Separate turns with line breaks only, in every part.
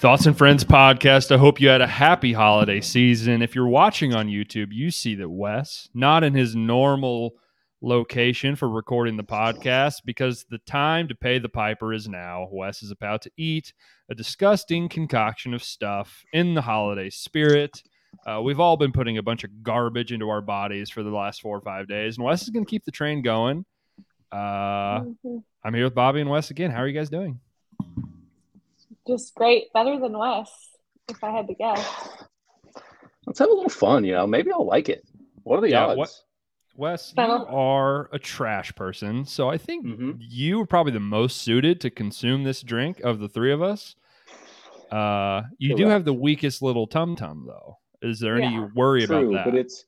Thoughts and Friends podcast. I hope you had a happy holiday season. If you're watching on YouTube, you see that Wes, not in his normal location for recording the podcast because the time to pay the piper is now. Wes is about to eat a disgusting concoction of stuff in the holiday spirit. Uh, we've all been putting a bunch of garbage into our bodies for the last four or five days, and Wes is going to keep the train going. Uh,
Mm-hmm.
I'm here with Bobby and Wes again. How are you guys doing?
Just great, better than Wes, if I had to guess.
Let's have a little fun, you know. Maybe I'll like it. What are the
Yeah,
odds?
what- Wes, you
Well-
are a trash person, so I think
Mhm.
you are probably the most suited to consume this drink of the three of us. Uh, you do
Correct.
have the weakest little tum tum, though. Is there any
Yeah.
worry
True,
about that?
but it's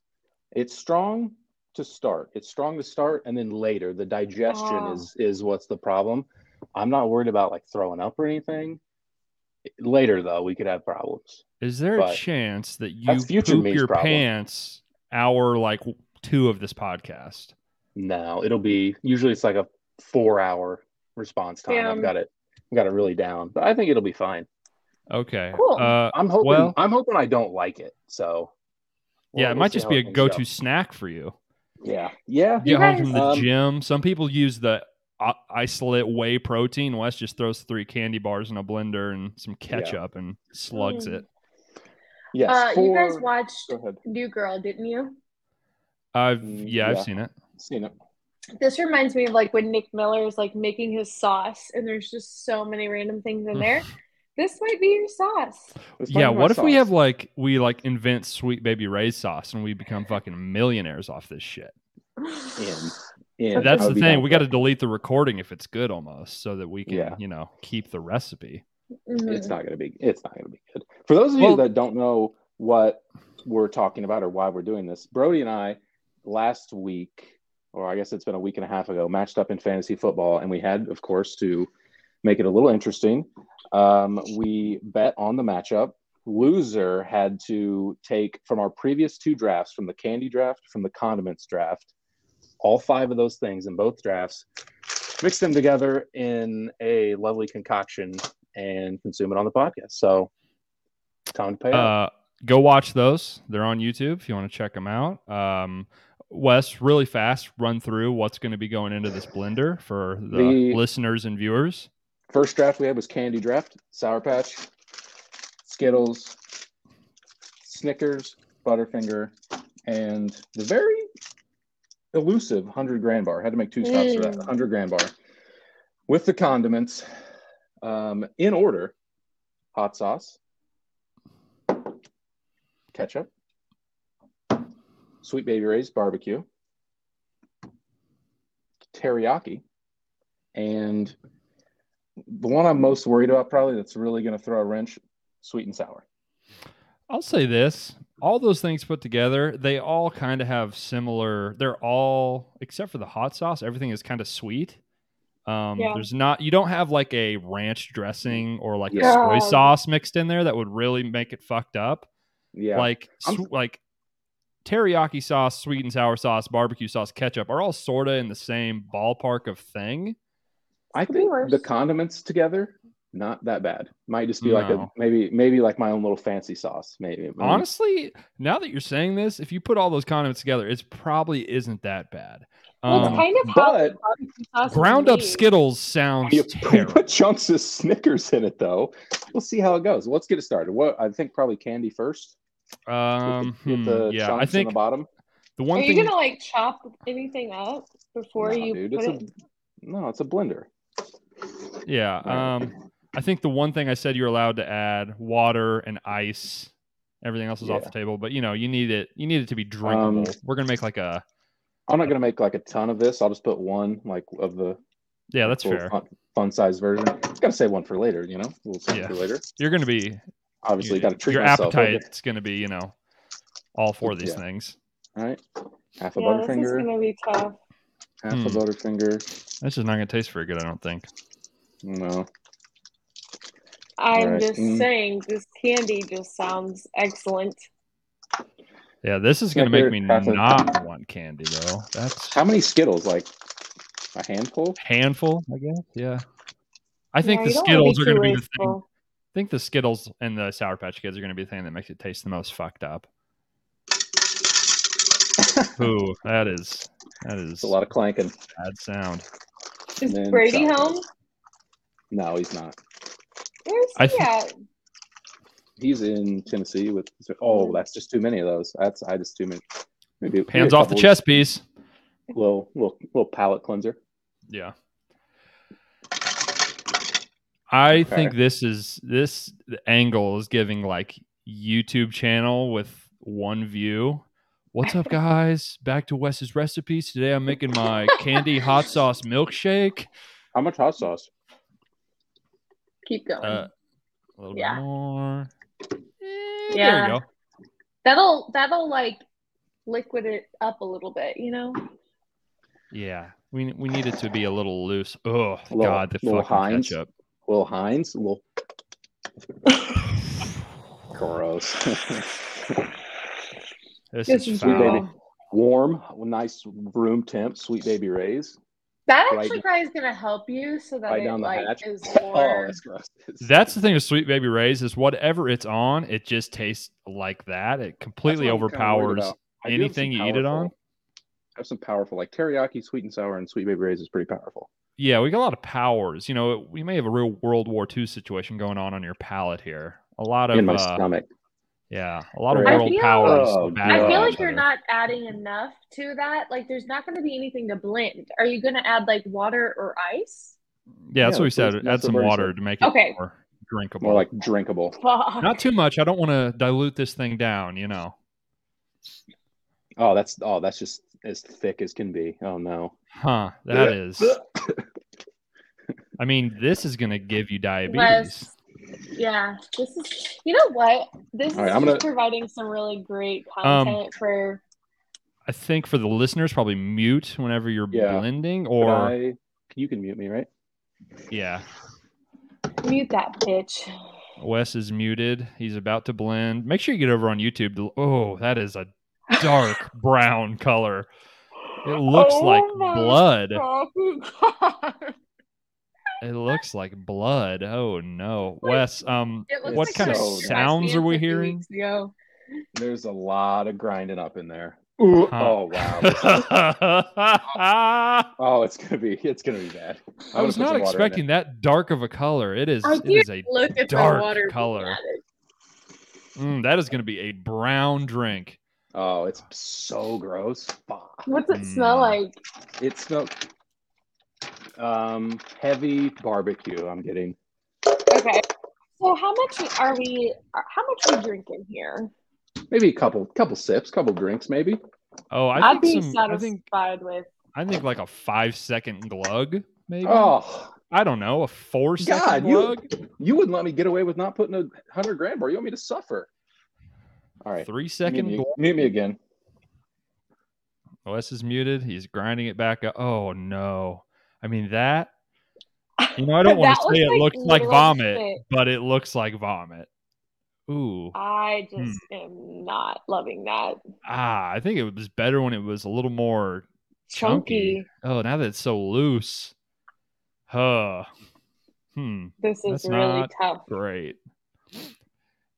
it's strong to start. It's strong to start, and then later the digestion
Ah.
is is what's the problem. I'm not worried about like throwing up or anything. Later though, we could have problems.
Is there a
but
chance that you
that's future
poop
me's
your
problem.
pants hour like w- two of this podcast?
No, it'll be usually it's like a four hour response time.
Yeah.
I've got it, I've got it really down, but I think it'll be fine.
Okay.
Cool.
Uh,
I'm hoping
well-
I'm hoping I don't like it. So
yeah,
we'll-
it
we'll
might
see
just
how
be a
it ends up.
go-to snack for you.
Yeah, yeah.
Get
You
home from
guys-
the
Um,
gym. Some people use the i- isolate whey protein. Wes just throws three candy bars in a blender and some ketchup and slugs
Mm.
it.
Yes.
uh, you guys
for-
watched
Go ahead.
New Girl, didn't you?
I've
Mm,
yeah, I've
yeah.
seen it.
Seen it.
This reminds me of like when Nick Miller is like making his sauce, and there's just so many random things
Mm.
in there. this might be your sauce.
Let's talk
yeah,
about
what if we
sauce.
have like we like invent sweet baby Ray sauce and we become fucking millionaires off this shit?
in. in
That's the
I would be
thing.
down
We
for
got to delete the recording if it's good almost so that we can,
Yeah.
you know, keep the recipe.
it.
Mhm.
It's not gonna be. It's not gonna be good. For those of
Well-
you that don't know what we're talking about or why we're doing this, Brody and I last week, or I guess it's been a week and a half ago, matched up in fantasy football, and we had, of course, to make it a little interesting. Um, we bet on the matchup. Loser had to take from our previous two drafts, from the candy draft, from the condiments draft, all five of those things in both drafts, mix them together in a lovely concoction and consume it on the podcast. So, time to pay up.
Uh, go watch those. They're on YouTube if you want to check them out. Um, Wes, really fast, run through what's going to be going into this blender for the,
The-
listeners and viewers.
First draft we had was Candy Draft, Sour Patch, Skittles, Snickers, Butterfinger, and the very elusive 100 grand bar. Had to make two stops for that.
Mm.
100 grand bar with the condiments um, in order hot sauce, ketchup, sweet baby Ray's barbecue, teriyaki, and the one I'm most worried about, probably that's really going to throw a wrench, sweet and sour.
I'll say this all those things put together, they all kind of have similar, they're all, except for the hot sauce, everything is kind of sweet. Um,
Yeah.
There's not, you don't have like a ranch dressing or like
Yeah.
a soy
Yeah.
sauce mixed in there that would really make it fucked up.
Yeah,
like
I'm-
sw- like teriyaki sauce, sweet and sour sauce, barbecue sauce, ketchup are all sort of in the same ballpark of thing.
I
could be
think
worse.
the condiments together not that bad. Might just be like a
No.
maybe maybe like my own little fancy sauce. Maybe maybe.
Honestly, now that you're saying this, if you put all those condiments together, it probably isn't that bad.
Well,
Um,
it's kind of how
but
barbecue sauce is
ground up
made.
Skittles sounds
you
terrible.
put chunks of Snickers in it though. We'll see how it goes. Let's get it started. What I think probably candy first. with the-
Um,
with
hmm,
the
yeah, I
chunks on
think
the bottom.
the
Are
one
you
thing
gonna like chop anything up before
No,
you
dude,
put
it's
it?
a no, it's a blender.
Yeah. Um, I think the one thing I said you're allowed to add water and ice. Everything else is off
Yeah. Um,
the table, but you know you need it. You need it to be drinkable. We're gonna make like a
I'm not gonna make like a ton of this. I'll just put one like of the
yeah. That's
little
fair.
fun, fun size version. Gotta save one for later, you know. We'll save
Yeah.
for later.
You're gonna be
Obviously,
your-
gotta treat
your
myself. I'll get-
appetite's gonna be you know all four of these
Yeah.
things.
All right, half a
yeah, this is
butterfinger.
gonna be tough.
half
Hmm.
a butterfinger.
This is not gonna taste very good, I don't think.
No,
I'm
Alright.
just
Mm.
saying, this candy just sounds excellent.
Yeah, this is gonna make
Snickers,
me
half a-
not want candy though. That's
how many Skittles? Like a handful.
handful, I guess. Yeah. I think
Yeah,
the
you don't wanna be
Skittles are
too
gonna be the thing
wasteful.
think the Skittles and the Sour Patch Kids are going to be the thing that makes it taste the most fucked up. Ooh, that is that is
It's a lot of clanking.
bad sound.
Is
Man,
Brady
chocolate.
home?
No, he's not.
Where's
I
he
thi-
at?
He's in Tennessee with. Oh, that's just too many of those. That's I just too many. Maybe maybe
Hands
a
off the
couple
chess piece.
Little little little palate cleanser.
Yeah. I
Okay.
think this is this angle is giving like YouTube channel with one view. What's up, guys? Back to Wes's recipes. Today I'm making my candy hot sauce milkshake.
How much hot sauce?
Keep going.
Uh, a little
Yeah.
bit more. Eh,
Yeah.
There you go.
that'll that'll like liquid it up a little bit, you know.
Yeah. We, we need it to be a little loose. Oh,
Little-
God, the
little
fucking
Heinz.
ketchup.
Little Heinz. Little gross.
This,
This
is
is
foul.
baby. Warm, nice room temp, sweet baby rays.
That
Right-
actually probably is gonna help you so that
Right
it
down the
like
hatch.
is
Oh,
more.
that's gross.
That's the thing with Sweet Baby Ray's is whatever it's on, it just tastes like that. It completely
That's what I'm kinda worried
overpowers.
about. I do have
anything
some
you eat it on?
powerful- I have some powerful, like teriyaki, sweet and sour, and sweet baby rays is pretty powerful.
Yeah, we got a lot of powers. You know, we may have a real World War II situation going on on your palate here. A lot of
In my
uh,
stomach,
yeah, a lot of
I
world
feel-
powers.
Oh,
battling
I feel
each
like you're
other.
not adding enough to that. Like, there's not going to be anything to blend. Are you going to add like water or ice?
Yeah, that's what we
Yeah, that's what-
said. Add
that's
some
what Bernie
water
said.
to make it
Okay.
more drinkable.
more like drinkable.
Fuck.
not too much. I don't want to dilute this thing down. You know.
Oh, that's oh, that's just as thick as can be. Oh no,
Huh, that is. I mean, this is going to give you diabetes.
Less- Yeah, this is. You know what? This
All right,
is
I'm
just
gonna-
providing some really great
Um,
content for.
I think for the listeners, probably mute whenever you're
Yeah.
blending
Could
or
I- you can mute me, right?
yeah.
Mute that bitch.
Wes is muted. He's about to blend. Make sure you get over on YouTube. To, oh, that is a dark brown color. It looks
Oh
like
my
blood.
Fucking God.
It looks like blood. Oh no, Wes. Um,
It looks
what
like
kind of
I was
sounds are we
50
hearing?
weeks ago.
There's a lot of grinding up in there.
Huh.
Oh wow.
I
oh, it's gonna be it's gonna be bad. I'm gonna
was
put
not
some water in
expecting that dark of a color. It is.
I
It is a
Look at
Dark
the water being
color.
added.
mm, that is going to be a brown drink.
it. Oh, it's so gross. Fuck.
What's it smell
Mm.
like?
It smells um heavy barbecue. I'm getting
Okay. So how much are we? How much are we drinking here?
maybe a couple couple sips, couple drinks maybe.
Oh, I
I'd be
think some. I
satisfied
think.
with.
I think like a five second glug. Maybe.
Oh,
I don't know, a four second
God, you-
glug,
you wouldn't let me get away with not putting a hundred grand bar. You want me to suffer? All right.
three second
mute, me,
glug.
mute me again.
OS is muted. He's grinding it back up. Oh no! I mean that. You know, I don't want
That
to
was,
say it
like,
looks like
literal
vomit,
spit.
but it looks like vomit. Ooh,
I
Hmm.
just am not loving that
ah! I think it was better when it was a little more. Chunky.
chunky.
Oh, now that it's so loose. Huh. Hmm.
This is
That's
really
not-
tough.
Great.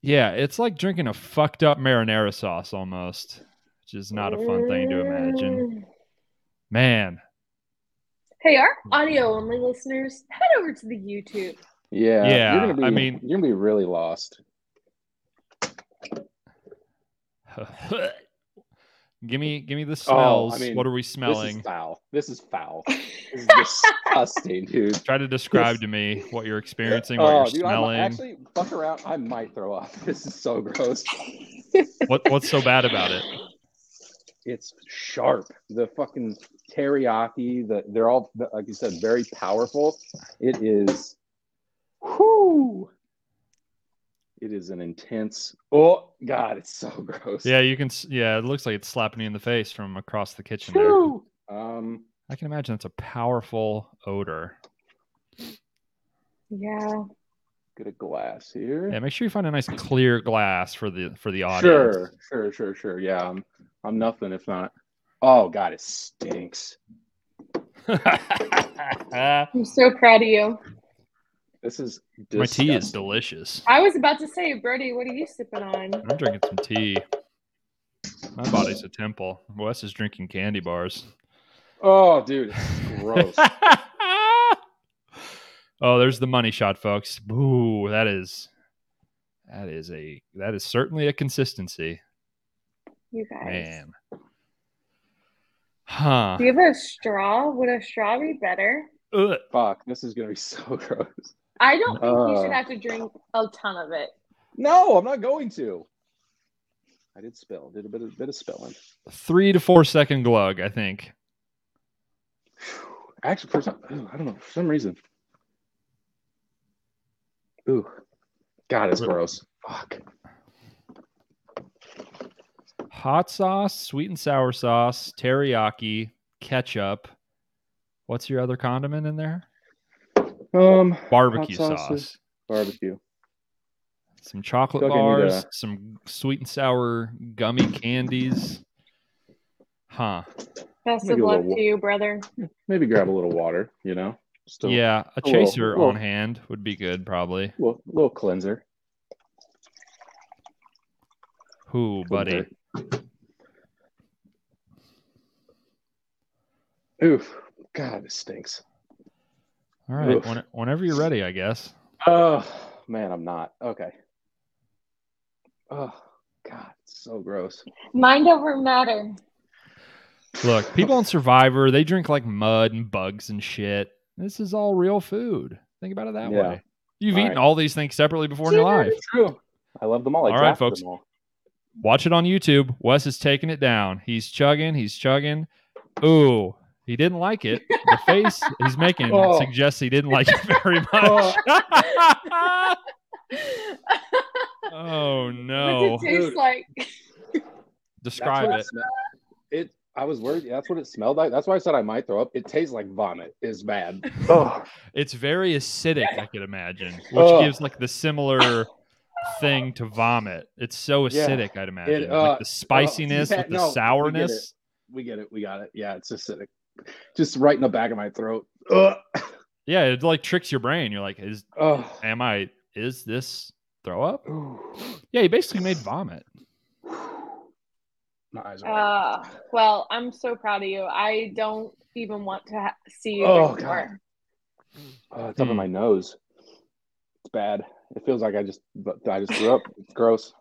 Yeah, it's like drinking a fucked up marinara sauce almost, which is not a fun thing to imagine.
Mm.
Man,
Hey, our audio only listeners, head over to the YouTube.
Yeah.
Yeah,
You're gonna be,
I mean-
you're gonna be really lost.
give me give me the smells.
Oh, mean,
what are we
This
smelling?
is foul. This is foul. This is disgusting, dude.
Try to describe
this-
to me what you're experiencing, what you're
I might-
smelling.
Oh, actually, fuck around. I might throw up. This is so gross.
What what's so bad about it?
It's sharp. The fucking teriyaki. The they're all like you said, very powerful. It is. Whoo. It is an intense. Oh God, it's so gross.
Yeah, you can. s- Yeah, it looks like it's slapping you in the face from across the kitchen. There.
Whew. Um.
I can imagine it's a powerful odor.
Yeah.
Get a glass here.
Yeah, make sure you find a nice clear glass for the for the audience.
Sure, sure, sure, sure. Yeah, I'm, I'm nothing if not. Oh God, it stinks.
I'm so proud of you.
This is
My tea is
disgusting.
delicious.
I was about to say, Brody, what are you sipping on?
I'm drinking some tea. My body's a temple. Wes is drinking candy bars.
Oh, dude, it's gross.
oh, there's the money shot, folks. Ooh, that is that is a that is certainly a consistency,
You guys.
man. Huh?
Do you have a straw? Would a straw be better?
Ugh.
Fuck, this is gonna be so gross.
I don't think you
Uh.
should have to drink a ton of it.
No, I'm not going to. I did spill. Did a bit of bit of spilling.
Three to four second glug, I think.
Whew. Actually, for some, ooh, I don't know, for some reason. Ooh, God, it's gross. Fuck.
Hot sauce, sweet and sour sauce, teriyaki, ketchup. What's your other condiment in there?
Um,
Barbecue
Hot
sauce.
sauce is- barbecue.
Some chocolate
Feel like I need
bars, some sweet and sour gummy candies. Huh.
Best
Maybe
of
a
luck
little-
to you, brother.
Maybe grab a little water. You know, still.
yeah, a
a little-
chaser
little-
on hand would be good, probably.
Little, little cleanser.
Who, buddy?
Okay. Oof. God, this stinks.
All right.
Oof.
When, whenever you're ready, I guess.
Oh man, I'm not. Okay. Oh God, it's so gross.
Mind over matter.
Look, people on Survivor, they drink like mud and bugs and shit. This is all real food. Think about it that
Yeah.
way. You've
All
eaten
right.
all these things separately before in your life.
True. I love them all. I
All right,
drafted
folks.
them all.
Watch it on YouTube. Wes is taking it down. He's chugging. He's chugging. Ooh, he didn't like it. The face he's making
Oh.
suggests he didn't like it very much.
Oh.
Oh, no!
What's it taste
Dude.
like?
Oh, That's what
Describe it.
smelled- It. I was worried. That's what it smelled like. That's why I said I might throw up. It tastes like vomit. Is bad. Oh,
It's very acidic, I could imagine, which
Oh.
gives like the similar thing to vomit. It's so
Yeah.
acidic, I'd imagine,
uh,
like the spiciness
yeah,
with the
no, we get it.
sourness.
we get it. We got it. Yeah, it's acidic. Just right in the back of my throat. Ugh.
Yeah, it like tricks your brain. You're like, is
Oh.
am I? Is this throw up?
Ooh.
Yeah, he basically made vomit.
My eyes are.
Uh, well, I'm so proud of you. I don't even want to ha- see you
Oh,
drink
God.
more.
Oh, it's up in my nose. It's bad. It feels like I just, but I just threw up. It's gross.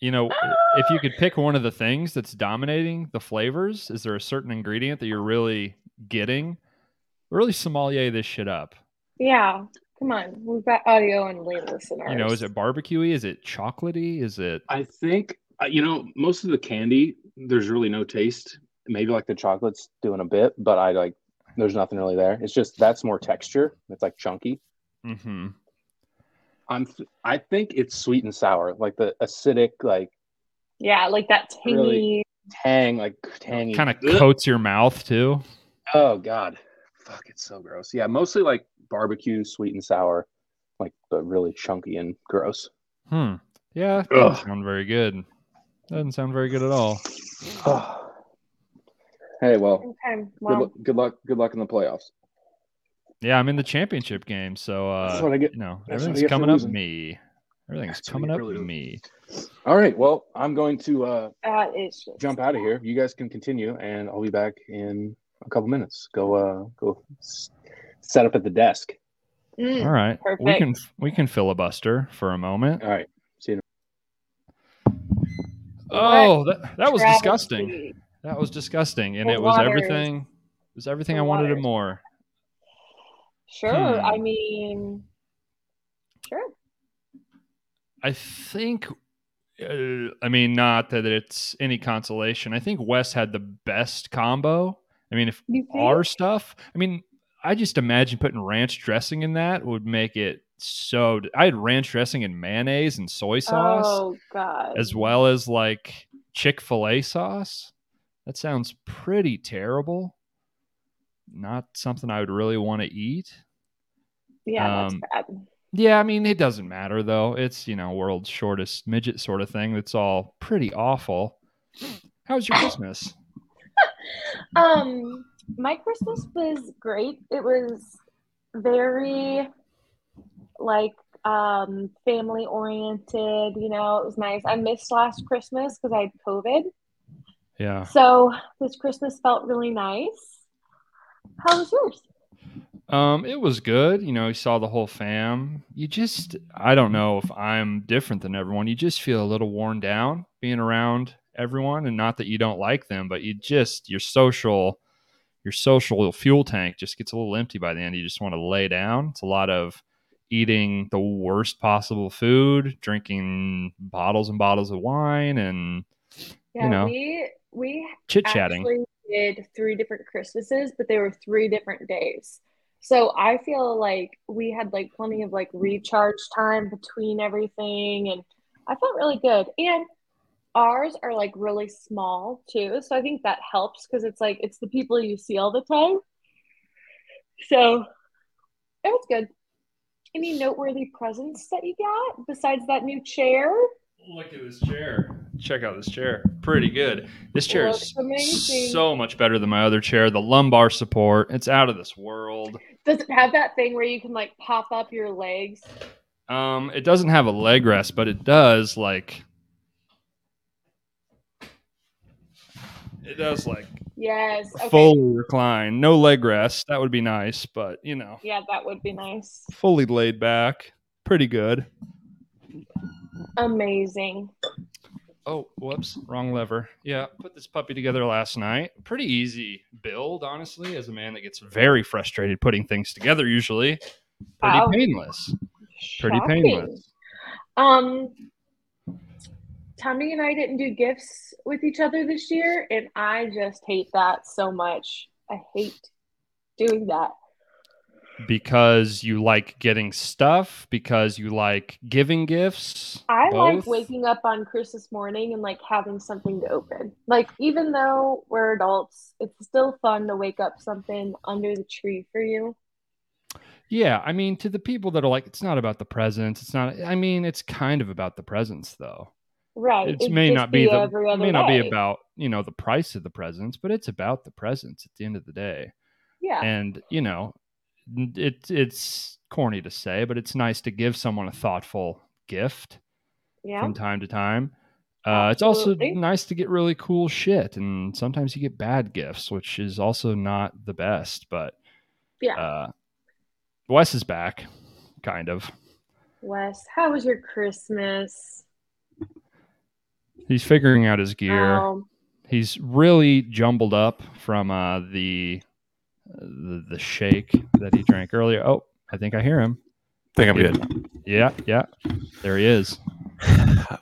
You know, if you could pick one of the things that's dominating the flavors, is there a certain ingredient that you're really getting? Really sommelier this shit up.
Yeah, come on. We've got audio and listeners.
You know, is it barbecuey? Is it chocolatey? Is it
I think uh, you know most of the candy. There's really no taste. Maybe like the chocolate's doing a bit, but I like. There's nothing really there. It's just that's more texture. It's like chunky.
hmm
I'm. Th- I think it's sweet and sour, like the acidic, like
Yeah, like that tangy.
Really? tang, like tangy.
kind of
Ugh.
coats your mouth too?
Oh God, fuck! It's so gross. Yeah, mostly like barbecue, sweet and sour, like but really chunky and gross.
Hmm. Yeah, that
Ugh.
doesn't sound very good. Doesn't sound very good at all.
Oh. Hey, well,
Okay,
good,
well,
lu- good luck. Good luck in the playoffs.
Yeah, I'm in the championship game, so
That's
uh,
what I get.
you know
that's what I
everything's
get for
coming up
losing.
me. Everything's
That's what
coming
you
up
really do.
me.
All right. Well, I'm going to uh,
that is just-
jump out of here. You guys can continue, and I'll be back in a couple minutes. Go, uh, go, s- set up at the desk.
Mm.
All right, we
Perfect.
can we can filibuster for a moment.
All right. See you. in a
Oh, that, that was
Travesty.
disgusting. That was disgusting, and
The
it was
water is-
everything. It was everything
the
I wanted
water
and
is-
more.
Sure.
Hmm.
I mean, sure.
I think. Uh, I mean, not that it's any consolation. I think Wes had the best combo. I mean, if
You think?
our stuff, I mean, I just imagine putting ranch dressing in that would make it so. I had ranch dressing and mayonnaise and soy sauce,
Oh God.
as well as like Chick Fil A sauce. That sounds pretty terrible. Not something I would really want to eat.
Yeah,
um,
that's bad.
Yeah, I mean, it doesn't matter though. It's, you know, world's shortest midget sort of thing. That's all pretty awful. How's your Christmas?
Um, my Christmas was great. It was very
like um, family oriented. You know, it was nice. I missed last Christmas because I had COVID.
Yeah.
So this Christmas felt really nice. How was yours?
Um, it was good. You know, you saw the whole fam. You just, I don't know if I'm different than everyone. You just feel a little worn down being around everyone, and not that you don't like them, but you just your social, your social fuel tank just gets a little empty by the end. You just want to lay down. It's a lot of eating the worst possible food, drinking bottles and bottles of wine, and
Yeah,
you know,
we we
chit chatting.
actually did three different Christmases, but they were three different days. So I feel like we had like plenty of like recharge time between everything, and I felt really good. And ours are like really small too, so I think that helps because it's like it's the people you see all the time. So it was good. Any noteworthy presents that you got besides that new chair?
Look at this chair. Check out this chair. Pretty good. This chair
Looks
is
amazing.
so much better than my other chair. The lumbar support, it's out of this world.
Does it have that thing where you can like pop up your legs?
Um, it doesn't have a leg rest, but it does like it does like
Yes. Okay.
fully recline. No leg rest. That would be nice, but you know,
Yeah, that would be nice.
fully laid back. Pretty good.
Amazing.
Oh, whoops, wrong lever. Yeah, put this puppy together last night. Pretty easy build, honestly, as a man that gets very frustrated putting things together usually. Pretty
Wow.
painless. Pretty
Shocking.
painless.
Um, Tommy and I didn't do gifts with each other this year, and I just hate that so much. I hate doing that.
Because you like getting stuff, because you like giving gifts.
I
both?
like waking up on Christmas morning and like having something to open. Like, even though we're adults, it's still fun to wake up something under the tree for you.
Yeah, I mean, to the people that are like, it's not about the presents. It's not. I mean, it's kind of about the presents, though.
Right.
It
it'd
may
just
not be the
every
it
other
may not be
day.
about you know the price of the presents, but it's about the presents at the end of the day.
Yeah.
and you know n- it, it's corny to say but it's nice to give someone a thoughtful gift
yeah.
from time to time uh, it's also
Absolutely.
nice to get really cool shit and sometimes you get bad gifts which is also not the best but
Yeah.
uh, wes is back kind of
Wes, how was your Christmas?
he's figuring out his gear
Um,
he's really jumbled up from uh, the, the the shake that he drank earlier oh i think i hear him
think I'm good.
yeah yeah there he is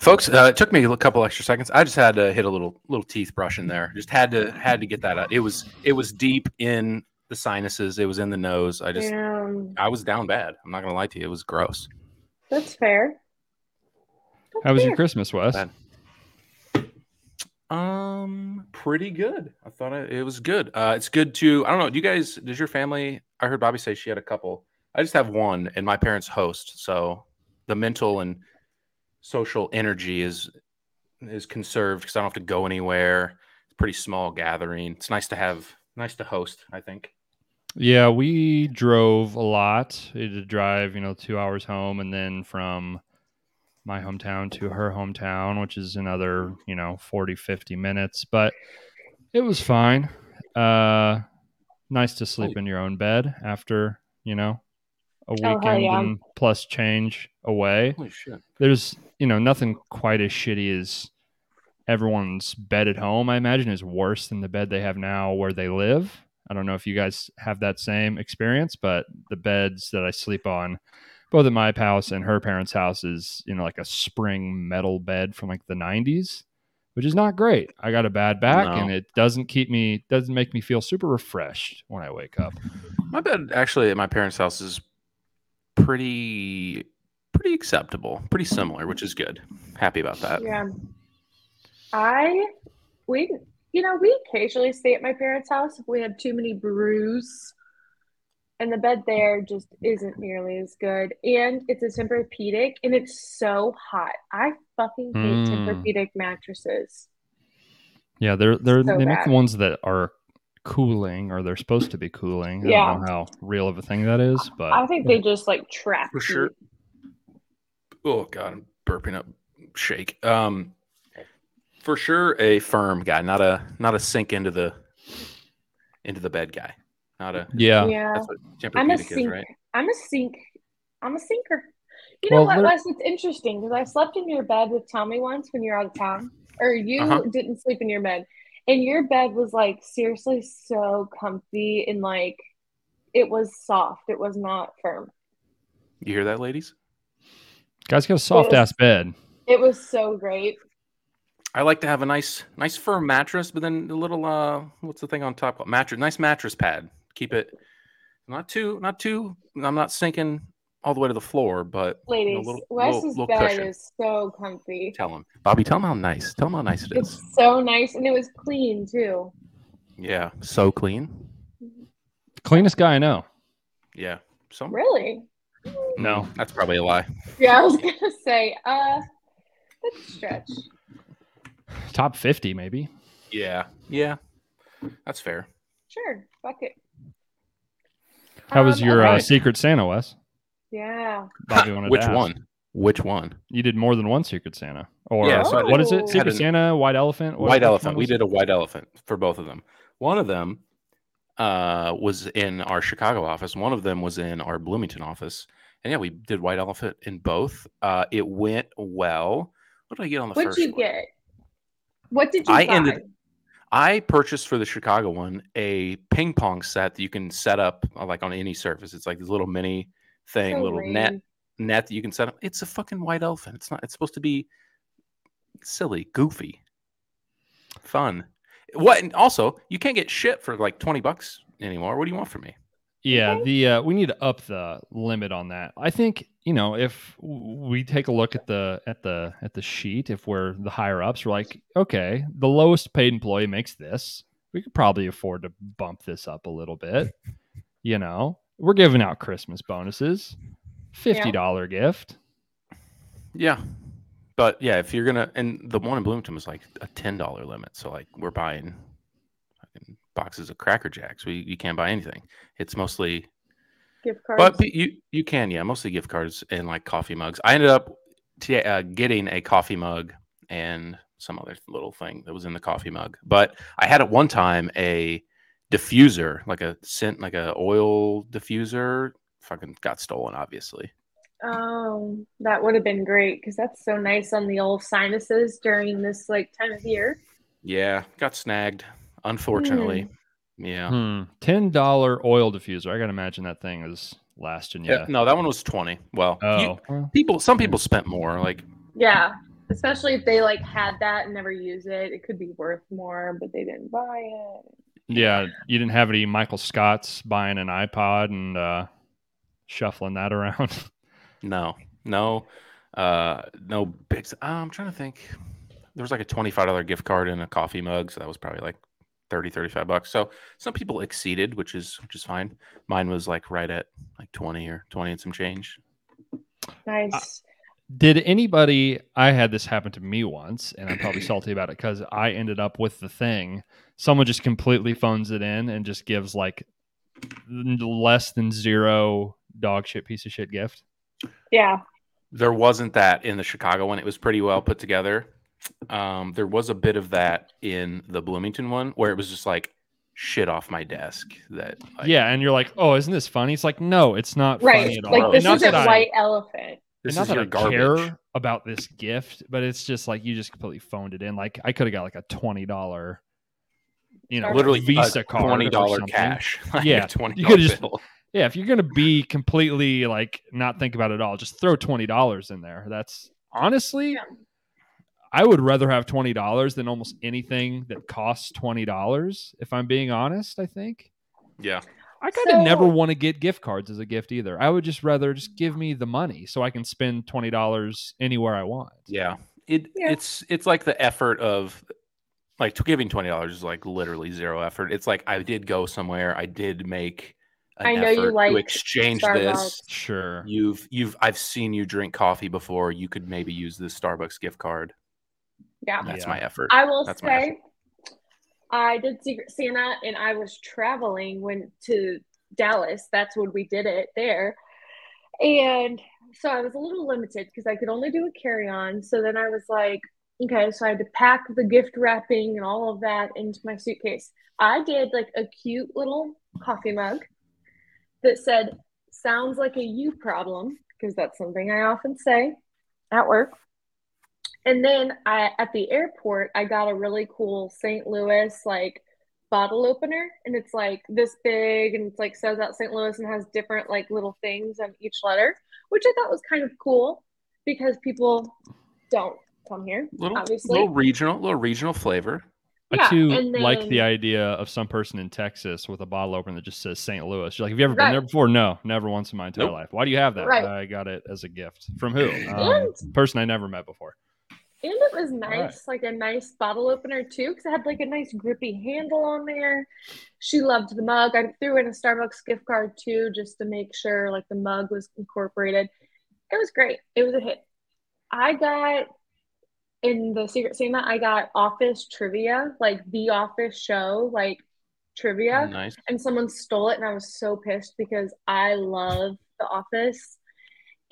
Folks, uh, it took me a couple extra seconds. I just had to hit a little little teeth brush in there. Just had to had to get that out. It was it was deep in the sinuses. It was in the nose. I just
um,
I was down bad. I'm not gonna lie to you. It was gross.
That's fair. That's
How was your
fair.
Christmas, Wes?
Bad. Um, pretty good. I thought it, it was good. Uh, it's good to I don't know. Do you guys? Does your family? I heard Bobby say she had a couple. I just have one, and my parents host, so the mental and social energy is is conserved because I don't have to go anywhere. It's a pretty small gathering. It's nice to have. Nice to host. I think.
Yeah, we drove a lot. We had to drive, you know, two hours home and then from my hometown to her hometown, which is another, you know, 40, 50 minutes. But it was fine. Uh nice to sleep in your own bed after, you know, a
Oh. hell
weekend
yeah.
and plus change away.
Holy shit!
there's you know nothing quite as shitty as everyone's bed at home i imagine is worse than the bed they have now where they live i don't know if you guys have that same experience but the beds that i sleep on both at my house and her parents house is you know like a spring metal bed from like the 90s which is not great i got a bad back
No.
and it doesn't keep me doesn't make me feel super refreshed when i wake up
My bed actually at my parents' house is pretty pretty acceptable, pretty similar, which is good. Happy about that.
Yeah. I, we, you know, we occasionally stay at my parents' house if we have too many brews. And the bed there just isn't nearly as good. And it's a Tempur-Pedic and it's so hot. I fucking hate
Mm.
Tempur-Pedic mattresses.
Yeah, they're they're
So
they make
bad.
the ones that are cooling, or they're supposed to be cooling. I
Yeah.
don't know how real of a thing that is, but
I think they just like trap
For sure.
heat.
Oh god, I'm burping up shake. Um for sure a firm guy, not a not a sink into the into the bed guy. Not a
yeah.
Yeah,
that's what
I'm a
Tempur-Pedic is,
sinker.
right?
I'm a sink. I'm a sinker. You
Well,
know what,
there-
Wes? It's interesting because I slept in your bed with Tommy once when you're out of town, or you
Uh-huh.
didn't sleep in your bed, and your bed was like seriously so comfy and like it was soft. It was not firm.
You hear that, ladies?
Guys got a soft ass bed.
It was so great.
I like to have a nice nice firm mattress, but then a little uh what's the thing on top called? Mattress nice mattress pad. Keep it not too not too I'm not sinking all the way to the floor, but you know,
Ladies, Wes's
little
bed
cushion.
is so comfy.
Tell him. Bobby, tell him how nice. Tell him how nice it is.
It's so nice, and it was clean too.
Yeah. So clean.
Cleanest guy I know.
Yeah. So
Really?
No.
That's probably a lie.
Yeah, I was gonna say, uh, that's a stretch.
Top fifty, maybe.
Yeah. Yeah. That's fair.
Sure, fuck it.
How was
Um,
your uh,
okay.
Secret Santa, Wes?
Yeah,
Bobby wanted to
Which
ask.
one? Which one?
You did more than one Secret Santa, or
Yeah, so
I did-
what is it?
Had
Secret
an-
Santa, White Elephant, What-
white
which
elephant.
one
We
was it?
did a white elephant for both of them. One of them uh, was in our Chicago office. One of them was in our Bloomington office. And yeah, we did white elephant in both. Uh, it went well. What did I get on the
what'd
first?
you
one?
get? What did you
I
buy?
ended- I purchased for the Chicago one a ping pong set that you can set up uh, like on any surface. It's like this little mini thing,
So
little net
lame.
net that you can set up. It's a fucking white elephant. It's not. It's supposed to be silly, goofy, fun. What? And also, you can't get shit for like twenty bucks anymore. What do you want from me?
Yeah, the uh, we need to up the limit on that. I think you know if w- we take a look at the at the at the sheet, if we're the higher ups, we're like, okay, the lowest paid employee makes this. We could probably afford to bump this up a little bit. You know, we're giving out Christmas bonuses, fifty dollar gift.
Yeah, but yeah, if you're gonna, and the one in Bloomington was like a ten dollar limit. So like, we're buying fucking boxes of Cracker Jacks. We you can't buy anything. It's mostly
gift cards.
But pe- you you can, yeah, mostly gift cards and like coffee mugs. I ended up t- uh, getting a coffee mug and some other little thing that was in the coffee mug. But I had at one time a diffuser, like a scent, like a oil diffuser. Fucking got stolen, obviously.
Oh, that would have been great because that's so nice on the old sinuses during this like time of year.
Yeah, got snagged, unfortunately. Yeah.
Hmm. Ten dollar oil diffuser. I gotta imagine that thing is lasting you.
yeah, Uh, no, that one was twenty. Well, you-
Oh, well,
people, some people spent more. Like
Yeah, especially if they like had that and never use it, it could be worth more, but they didn't buy
Uh,
it.
yeah. You didn't have any Michael Scotts buying an iPod and uh, shuffling that around.
No, no, uh, no big. Uh, I'm trying to think. There was like a $25 gift card and a coffee mug, so that was probably like 30, 35 bucks. So some people exceeded, which is which is fine. Mine was like right at like 20 or 20 and some change.
Nice.
Did anybody? I had this happen to me once, and I'm probably salty about it because I ended up with the thing. Someone just completely phones it in and just gives like n- less than zero dog shit piece of shit gift.
yeah.
There wasn't that in the Chicago one. It was pretty well put together. Um, there was a bit of that in the Bloomington one where it was just like shit off my desk. That like,
yeah, and you're like, oh, isn't this funny? It's like, no, it's not funny
Right.
at all.
Like
And
this
not
is
that
a
I-
white elephant.
and
this
not
is
that
your
I
garbage.
care about this gift, but it's just like you just completely phoned it in. Like I could have got like a twenty dollar, you know,
Literally a
Visa card, or
twenty dollar
something.
cash. Like a
Yeah,
twenty
you could
dollar
just-
bill.
Yeah, if you're gonna be completely like not think about it at all, just throw twenty dollars in there. That's honestly,
Yeah.
I would rather have twenty dollars than almost anything that costs twenty dollars. If I'm being honest, I think
Yeah.
I kind of never
So-
want to get gift cards as a gift either. I would just rather just give me the money so I can spend twenty dollars anywhere I want.
Yeah. It
Yeah.
it's it's like the effort of like t- giving twenty dollars is like literally zero effort. It's like I did go somewhere, I did make an
I know you
effort
like
to exchange this.
Starbucks.
Sure.
You've you've I've seen you drink coffee before. You could maybe use this Starbucks gift card.
Yeah.
That's
Yeah.
my effort.
I will
That's my
say, I did Secret Santa and I was traveling when to Dallas. That's when we did it there. And so I was a little limited because I could only do a carry on. So then I was like, okay, so I had to pack the gift wrapping and all of that into my suitcase. I did like a cute little coffee mug that said, sounds like a you problem, because that's something I often say at work. And then I at the airport, I got a really cool St. Louis like bottle opener, and it's like this big, and it's like says out St. Louis and has different like little things on each letter, which I thought was kind of cool because people don't come here,
Little,
obviously.
little regional, little regional flavor.
I
Yeah,
too
and
like
then-
the idea of some person in Texas with a bottle opener that just says St. Louis. You're like, have you ever been
Right.
there before? No, never once in my entire
Nope.
life. Why do you have that?
Right.
I got it as a gift from who? Um,
And-
person I never met before.
And it was nice, like a nice bottle opener too, because it had like a nice grippy handle on there. She loved the mug. I threw in a Starbucks gift card too, just to make sure like the mug was incorporated. It was great. It was a hit. I got in the Secret Santa, I got office trivia, like the office show, like trivia
Nice.
and someone stole it and I was so pissed because I love The Office.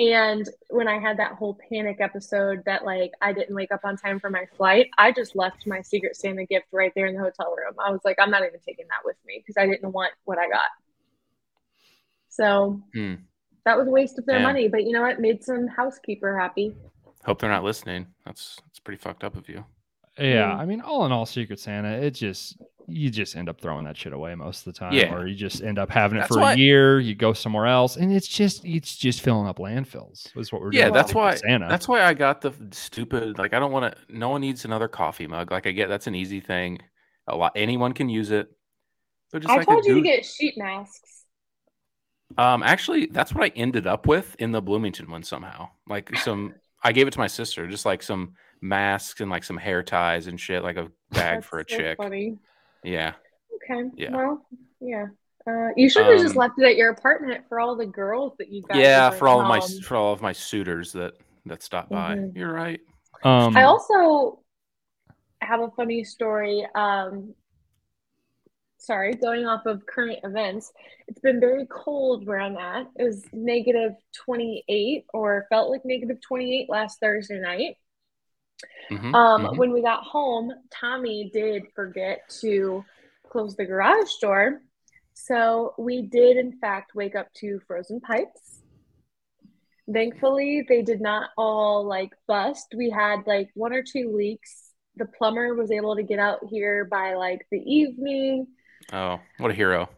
And when I had that whole panic episode that like I didn't wake up on time for my flight, I just left my Secret Santa gift right there in the hotel room. I was like, I'm not even taking that with me because I didn't want what I got. So
Hmm.
that was a waste of their
Yeah.
money. But you know what? Made some housekeeper happy.
Hope they're not listening. That's that's pretty fucked up of you.
Yeah,
Mm.
I mean, all in all, Secret Santa, it just you just end up throwing that shit away most of the time,
Yeah.
or you just end up having it
That's
for
why-
a year. You go somewhere else, and it's just it's just filling up landfills. Is what we're
Yeah,
doing with
that's
Secret
why-
Santa.
That's why I got the f- stupid. Like I don't want to. No one needs another coffee mug. Like I get that's an easy thing. A lot anyone can use it. But just
I
like a
told you to
goo-
get sheet masks.
Um, actually, that's what I ended up with in the Bloomington one somehow. Like some, I gave it to my sister, just like some masks and like some hair ties and shit, like a bag
That's
for a
so
chick.
Funny.
Yeah,
Okay.
Yeah.
Well, yeah. Uh, you should have just
Um,
left it at your apartment for all the girls that you got. to
yeah,
bring
for all of my
home.
for all of my suitors that that stopped by.
Mhm.
You're right.
um,
I also have a funny story. Um, sorry, going off of current events, it's been very cold where I'm at. It was negative 28 or felt like negative 28 last Thursday night.
Mhm,
Um,
mhm.
When we got home, Tommy did forget to close the garage door. So we did, in fact, wake up to frozen pipes. Thankfully, they did not all like bust. We had like one or two leaks. The plumber was able to get out here by like the evening.
Oh, what a hero!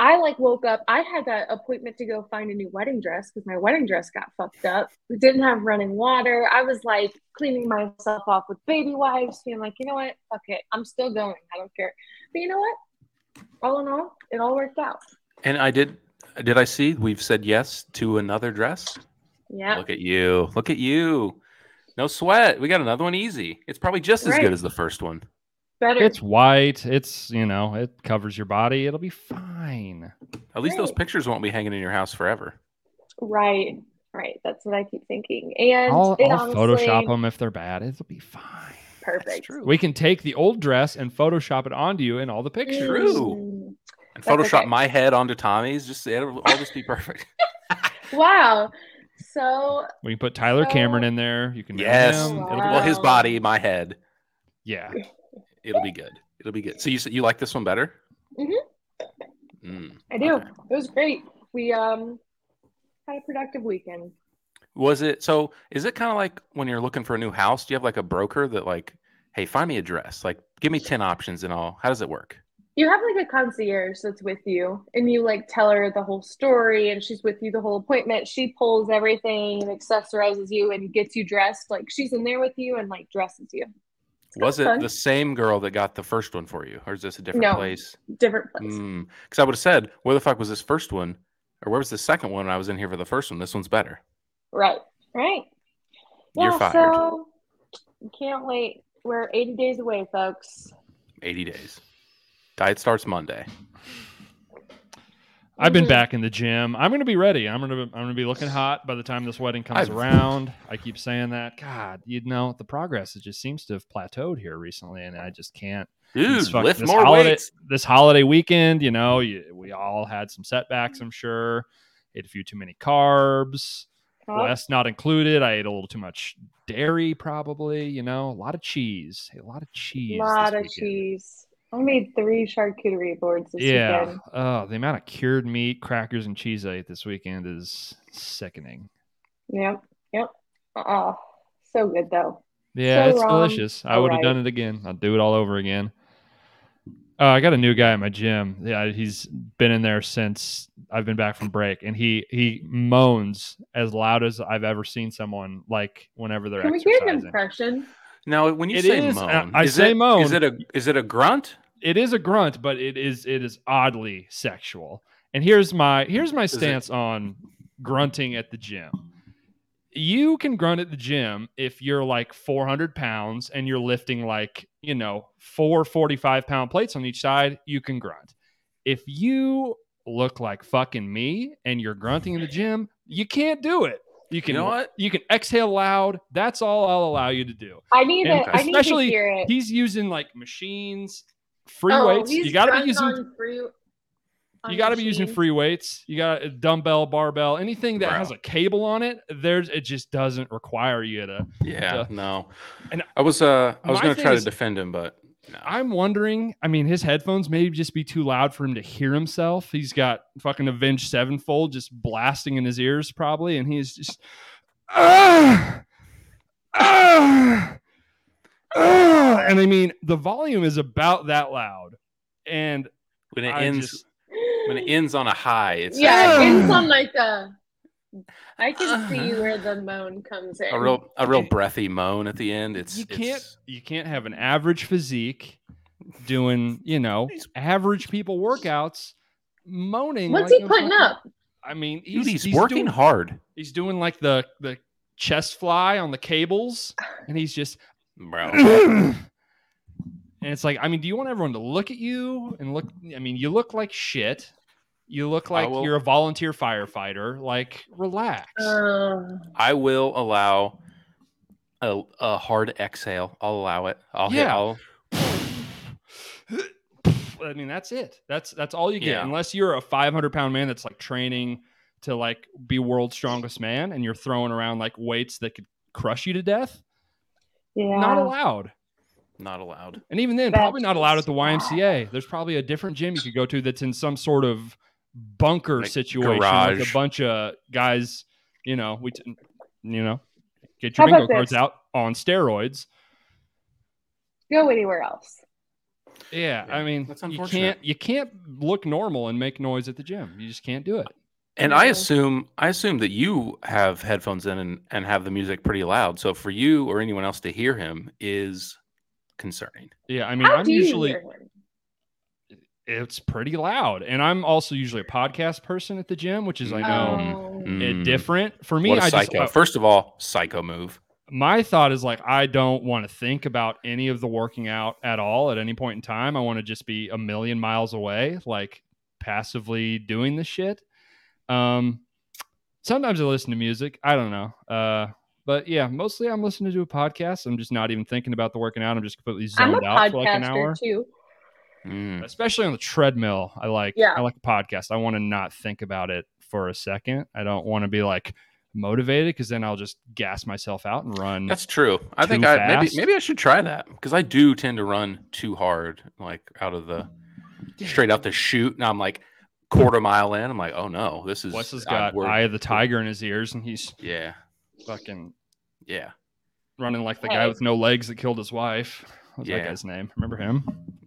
I like woke up. I had that appointment to go find a new wedding dress because my wedding dress got fucked up. We didn't have running water. I was like cleaning myself off with baby wipes, being like, you know what? Fuck it. I'm still going. I don't care. But you know what? All in all, it all worked out.
And I did. Did I see? We've said yes to another dress.
Yeah.
Look at you! Look at you! No sweat. We got another one easy. It's probably just as
Right.
good as the first one.
Better.
it's white. It's you know, it covers your body. It'll be fine.
At least those
Right.
pictures won't be hanging in your house forever.
right. Right. That's what I keep thinking. And
I'll,
it
I'll
honestly,
Photoshop them if they're bad. It'll be fine.
That's
Perfect.
true.
We can take the old dress and Photoshop it onto you in all the pictures.
True.
Mm-hmm.
and
That's
Photoshop
okay.
my head onto Tommy's. Just it'll all just be perfect.
Mm. Wow. So
We can put Tyler
So-
Cameron in there. You can marry
yes.
him. It'll be
Well, his
Wow.
body, my head.
yeah.
It'll be good. It'll be good. So you said you like this one better?
Mhm. Mm-hmm.
Mm.
I do.
Okay.
It was great. We um had a productive weekend.
Was it so? Is it kind of like when you're looking for a new house? Do you have like a broker that like, hey, find me a dress. Like, give me ten options and all. How does it work?
You have like a concierge that's with you, and you like tell her the whole story, and she's with you the whole appointment. She pulls everything and accessorizes you and gets you dressed. Like she's in there with you and like dresses you.
Was it
fun.
the same girl that got the first one for you, or is this a different
No.
place?
Different place.
Because I would have said, where the fuck was this first one, or where was the second one? when I was in here for the first one. This one's better.
Right. Right.
You're
yeah,
fired.
so can't wait. We're 80 days away, folks.
80 days. Diet starts Monday.
I've been
Mhm.
back in the gym. I'm gonna be ready. I'm gonna I'm gonna be looking hot by the time this wedding comes
I've-
around. I keep saying that. God, you know the progress. It just seems to have plateaued here recently, and I just can't
Dude,
this fuck-
lift
this
more
holiday,
weights.
This holiday weekend, you know, you, we all had some setbacks, I'm sure. Ate a few too many carbs.
Huh?
Wes not included. I ate a little too much dairy, probably, you know, a lot of cheese. A lot of cheese.
lot
this
of
weekend.
cheese. I made three charcuterie boards this
Yeah.
weekend.
Oh, the amount of cured meat, crackers, and cheese I ate this weekend is sickening.
Yep. Yep. Oh, so good though.
Yeah,
So
it's
wrong.
delicious. I
All
would have
right.
done it again. I'll do it all over again. Uh, I got a new guy in my gym. Yeah, he's been in there since I've been back from break, and he he moans as loud as I've ever seen someone. Like whenever they're
Can we get an
exercising,
impression?
Now, when you
It
say
is, uh,
moan,
I
is
say
it,
moan.
Is it a is it a grunt?
it is a grunt, but it is it is oddly sexual. And here's my here's my
it-
stance on grunting at the gym. You can grunt at the gym if you're like 400 pounds and you're lifting like you know four 45 pound plates on each side. You can grunt. If you look like fucking me and you're grunting in the gym, you can't do it. You can
You know what?
you can exhale loud. That's all I'll allow you to do.
I need
And
it. I need to
especially
hear it.
He's using like machines, free
Oh,
weights.
he's
You got to be
drunk
using
on free- on
you got to be using
machine.
free weights. You got a dumbbell, barbell, anything that
Bro.
has a cable on it. There's it just doesn't require you to.
Yeah,
Uh,
no.
and
I was uh I was
my
gonna
thing
try
is-
to defend him, but no.
I'm wondering. I mean, his headphones may just be too loud for him to hear himself. He's got fucking Avenged Sevenfold just blasting in his ears probably, and he's just. "Ah! Ah! Ah!" and I mean, the volume is about that loud, and
when it
I
ends
just-
when it ends on a high, it's
yeah,
Ah.
it ends on like a. I can see where the moan comes in.
a real a real
Okay.
breathy moan at the end. It's
you
it's-
can't you can't have an average physique doing you know
He's-
average people workouts moaning.
What's
like
he
a
putting
fucking-
up?
I mean, he's,
dude, he's,
he's
working
doing-
hard.
He's doing like the the chest fly on the cables, and he's just
Bro.
and it's like, I mean, do you want everyone to look at you and look? I mean, you look like shit. You look like
will-
you're a volunteer firefighter. Like, relax.
Uh,
I will allow a, a hard exhale. I'll allow it. I'll hit
Yeah.
I'll
I mean, that's it. That's that's all you get,
Yeah.
unless you're a 500 pound man that's like training to like be world's strongest man, and you're throwing around like weights that could crush you to death.
yeah.
Not allowed.
not allowed.
And even then,
That's
probably not allowed at the
just
YMCA. There's probably a different gym you could go to that's in some sort of bunker
Like
situation with
garage.
a bunch of guys. You know, we, t- you know, get
How
your
about
bingo cards
this?
out on steroids.
Go anywhere else.
Yeah, I
Yeah,
mean,
that's
you
unfortunate.
can't you can't look normal and make noise at the gym. You just can't do it.
And I
Yeah.
assume I assume that you have headphones in and, and have the music pretty loud. So for you or anyone else to hear him is concerning.
Yeah, I mean,
How
I'm
do you
usually
hear him?
it's pretty loud, and I'm also usually a podcast person at the gym, which is I know
Oh.
it
Mm.
different for me.
what a
I just uh,
psycho. First of all, psycho move.
my thought is like I don't want to think about any of the working out at all at any point in time. I want to just be a million miles away, like passively doing the shit. Um, sometimes I listen to music. I don't know. Uh, but yeah, mostly I'm listening to a podcast. I'm just not even thinking about the working out. I'm just completely
I'm a
zoned out for like an
podcaster
hour.
too.
Mm.
Especially on the treadmill, I like.
Yeah.
I like a podcast. I want to not think about it for a second. I don't want to be like motivated because then I'll just gas myself out and run.
That's true. I
Too
think I
fast?
maybe maybe I should try that because I do tend to run too hard, like out of the straight out the chute, and I'm like quarter mile in. I'm like, oh no, this is
Wes has
I-
got
we're-
Eye of the Tiger in his ears, and he's
Yeah,
fucking
yeah.
running like the guy with no legs that killed his wife. What's that
Yeah.
guy's name? Remember him?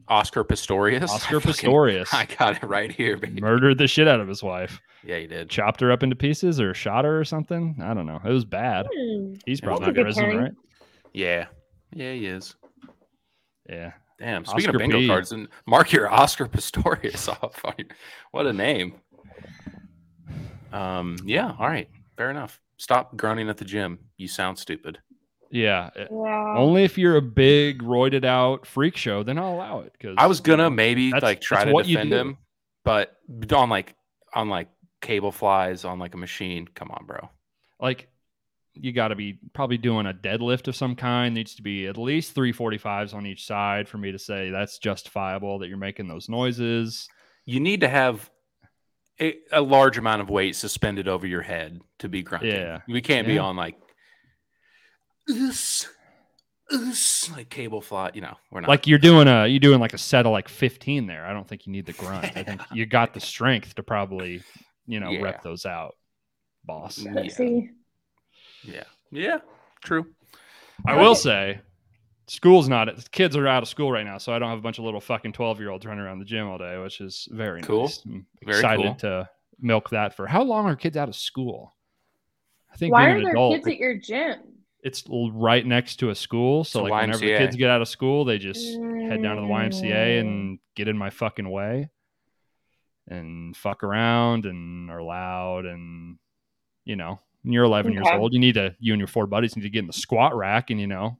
Oscar Pistorius.
Oscar
I fucking-
Pistorius.
I got it right here, baby.
Murdered the shit out of his wife.
Yeah, you did.
Chopped her up into pieces or shot her or something. I don't know. It was bad.
Hmm.
He's
That's
probably
a
in
good
prison,
pairing.
right?
Yeah, yeah, he is.
Yeah.
Damn. Speaking
Oscar
of bingo
P.
cards, and mark your Oscar Pistorius off. On your, what a name. Um. Yeah. All right. Fair enough. Stop grunting at the gym. You sound stupid.
Yeah.
Yeah.
Only if you're a big, roided out freak show, then I'll allow it. Because
I was gonna maybe
That's-
like try
that's
to
what you
defend
do.
him, but on like on like cable flies on like a machine. Come on, bro.
Like you got to be probably doing a deadlift of some kind. Needs to be at least 345s on each side for me to say that's justifiable that you're making those noises.
You need to have a, a large amount of weight suspended over your head to be grunting.
Yeah.
We can't be
Yeah.
on like this, this, like cable fly. You know, we're not
Like you're doing a you're doing like a set of like 15 there. I don't think you need the grunt. I think you got the strength to probably, you know,
Yeah.
rep those out, boss.
Yeah.
See,
Yeah. Yeah. True.
I will say, school's not. Kids are out of school right now, so I don't have a bunch of little fucking twelve-year-olds running around the gym all day, which is very
Cool.
nice. Hmm. I'm
Very
excited
cool.
to milk that for. How long are kids out of school? I think
why
being
are
an
there
adult,
kids e- at your gym?
it's l- right next to a school, so
It's a
like whenever the
YMCA.
kids get out of school, they just head down to the
Mm.
YMCA and get in my fucking way and fuck around and are loud and you know when you're 11 years
Okay.
old you need to you and your four buddies need to get in the squat rack and you know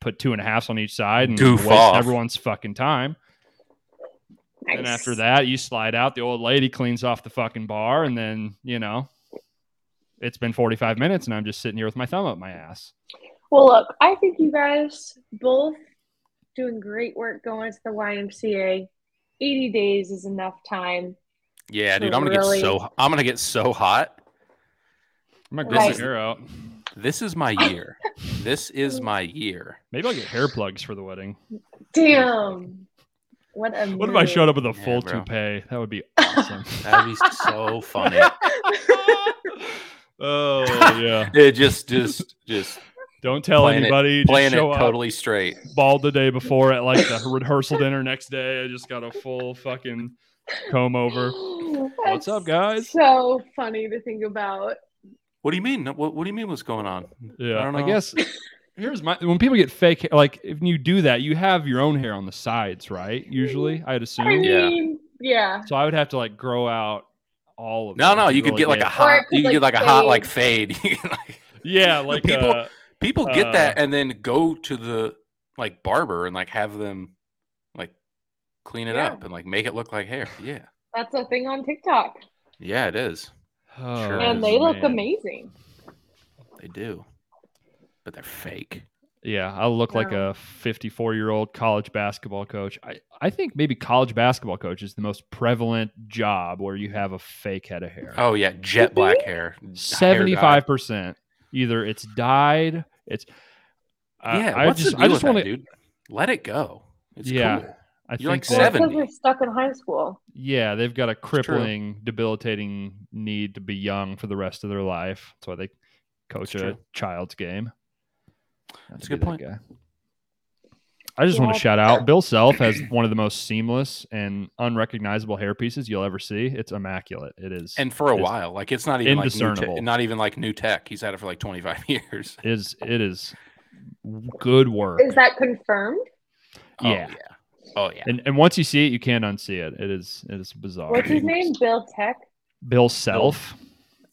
put two and a halves on each side and
Goof
waste
off.
everyone's fucking time and
Nice.
after that you slide out the old lady cleans off the fucking bar and then you know it's been 45 minutes and i'm just sitting here with my thumb up my ass
Well, look, I think you guys both doing great work going to the YMCA. 80 days is enough time.
Yeah,
So
dude, I'm gonna
really-
get so I'm gonna get so hot.
i'm gonna grow
Right.
my hair out
This is my year. this is my year.
maybe i'll get hair plugs for the wedding
Damn. What a
what if i showed up with a
Yeah,
full
bro.
toupee that would be awesome
That'd be so funny.
oh yeah
It just, just, just
don't tell
Playing it-
anybody just
playing it
show up.
totally straight.
bald the day before at like the rehearsal dinner next day. I just got a full fucking comb over. What's up, guys?
So funny to think about.
What do you mean? What, what do you mean? What's going on?
Yeah, I,
don't know.
guess here's my when people get fake hair, like if you do that, you have your own hair on the sides, right? Usually, I'd
Mm-hmm. I
assume.
Yeah.
mean, yeah.
So I would have to like grow out all of.
No,
it
no,
to
you could
really
get like a
Or
hot.
it could,
You could get
like,
like a hot
fade.
like fade. You could, like-
yeah, like
people-
uh,
People get that
Uh,
and then go to the like barber and like have them like clean it
Yeah.
up and like make it look like hair. Yeah,
That's a thing on TikTok.
yeah, it is.
oh,
Sure
And
is,
they look
man.
amazing.
They do, but they're fake.
Yeah, I look like
No.
a 54 year old college basketball coach. I, I think maybe college basketball coach is the most prevalent job where you have a fake head of hair.
Oh yeah, jet black hair. hair dye.
Seventy-five percent. Either it's dyed. It's I-
Yeah,
uh, I,
what's
just
the deal
I just
with
want
that,
to.
dude? Let it go. It's
Yeah.
cool.
I think
You're like
that-
Well, it's because
70.
we're stuck in high school.
Yeah, they've got a
true.
crippling, debilitating need to be young for the rest of their life. That's why they coach
It's
a
true.
child's game. Not
That's
to
a
be
good
that guy. I just want
Yeah.
to shout out Bill Self has one of the most seamless and unrecognizable hair pieces you'll ever see. It's immaculate. It is.
And for a
It's
while, like it's not even like new te-
indiscernible.
not even like new tech. He's had it for like 25 years.
it is it is good work.
Is that confirmed?
Oh,
Yeah.
yeah. Oh yeah.
and and once you see it, you can't unsee it. It is it is bizarre.
What's his name? Bill Tech.
Bill Self.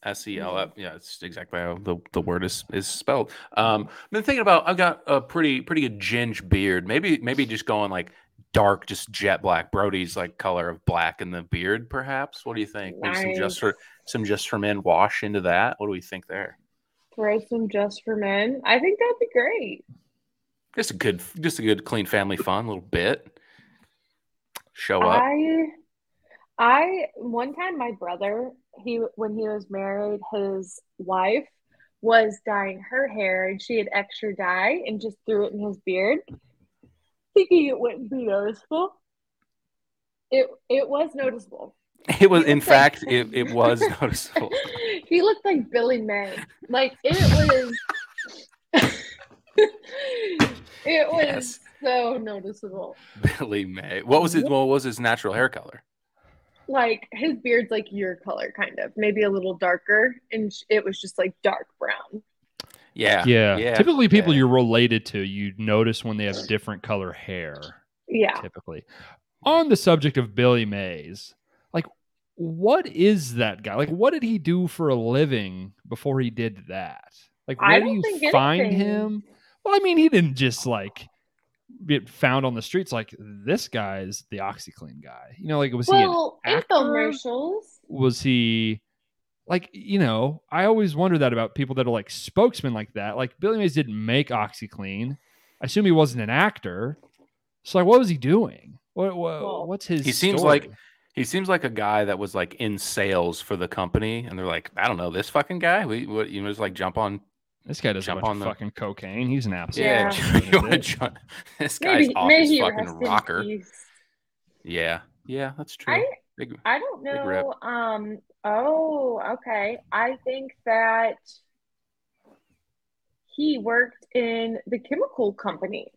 S E L F. Yeah, it's exactly how the, the word is, is spelled. Um, I've been thinking about I've got a pretty pretty good ginge beard. Maybe maybe just going like dark, just jet black. Brody's like color of black in the beard, perhaps. What do you think? Maybe some just for some just for men wash into that. What do we think there?
Throw some just for men. I think that'd be great.
Just a good just a good clean family fun little bit. Show up.
I, I one time my brother he when he was married, his wife was dyeing her hair, and she had extra dye and just threw it in his beard, thinking it wouldn't be noticeable. It it was noticeable.
It was,
He
in
looks like-
fact, it, it was noticeable.
he looked like Billy May. Like it was. it was
Yes.
so noticeable.
Billy May. What was his? What was his natural hair color?
like his beard's like your color kind of maybe a little darker and sh- it was just like dark brown
Yeah.
Yeah.
Yeah.
Typically, people
Yeah.
you're related to, you notice when they have different color hair.
yeah
Typically, on the subject of Billy Mays, like, what is that guy? Like, what did he do for a living before he did that? Like,
I
where do
don't
you
think
find
anything.
him? Well, I mean, he didn't just like get found on the streets. Like, this guy's the OxyClean guy. You know, like, was he an
well
actor?
infomercials
was he like you know i always wonder that about people that are like spokesmen like that like billy mays didn't make oxyclean i assume he wasn't an actor so like what was he doing what, what
Well,
what's his
he seems
story?
like- He seems like a guy that was like in sales for the company, and they're like, I don't know, this fucking guy. We what you know, just like jump on.
this guy does a
jump
bunch
on
of
the-
fucking cocaine he's an absolute
Yeah,
fucking
you wanna
idiot.
jump- this guy's
Maybe,
off
maybe
his
he
fucking
rest in
rocker.
peace.
Yeah, yeah, that's true.
I
Big-
I don't
Big rip.
know. Um. Oh, okay. I think that he worked in the chemical company,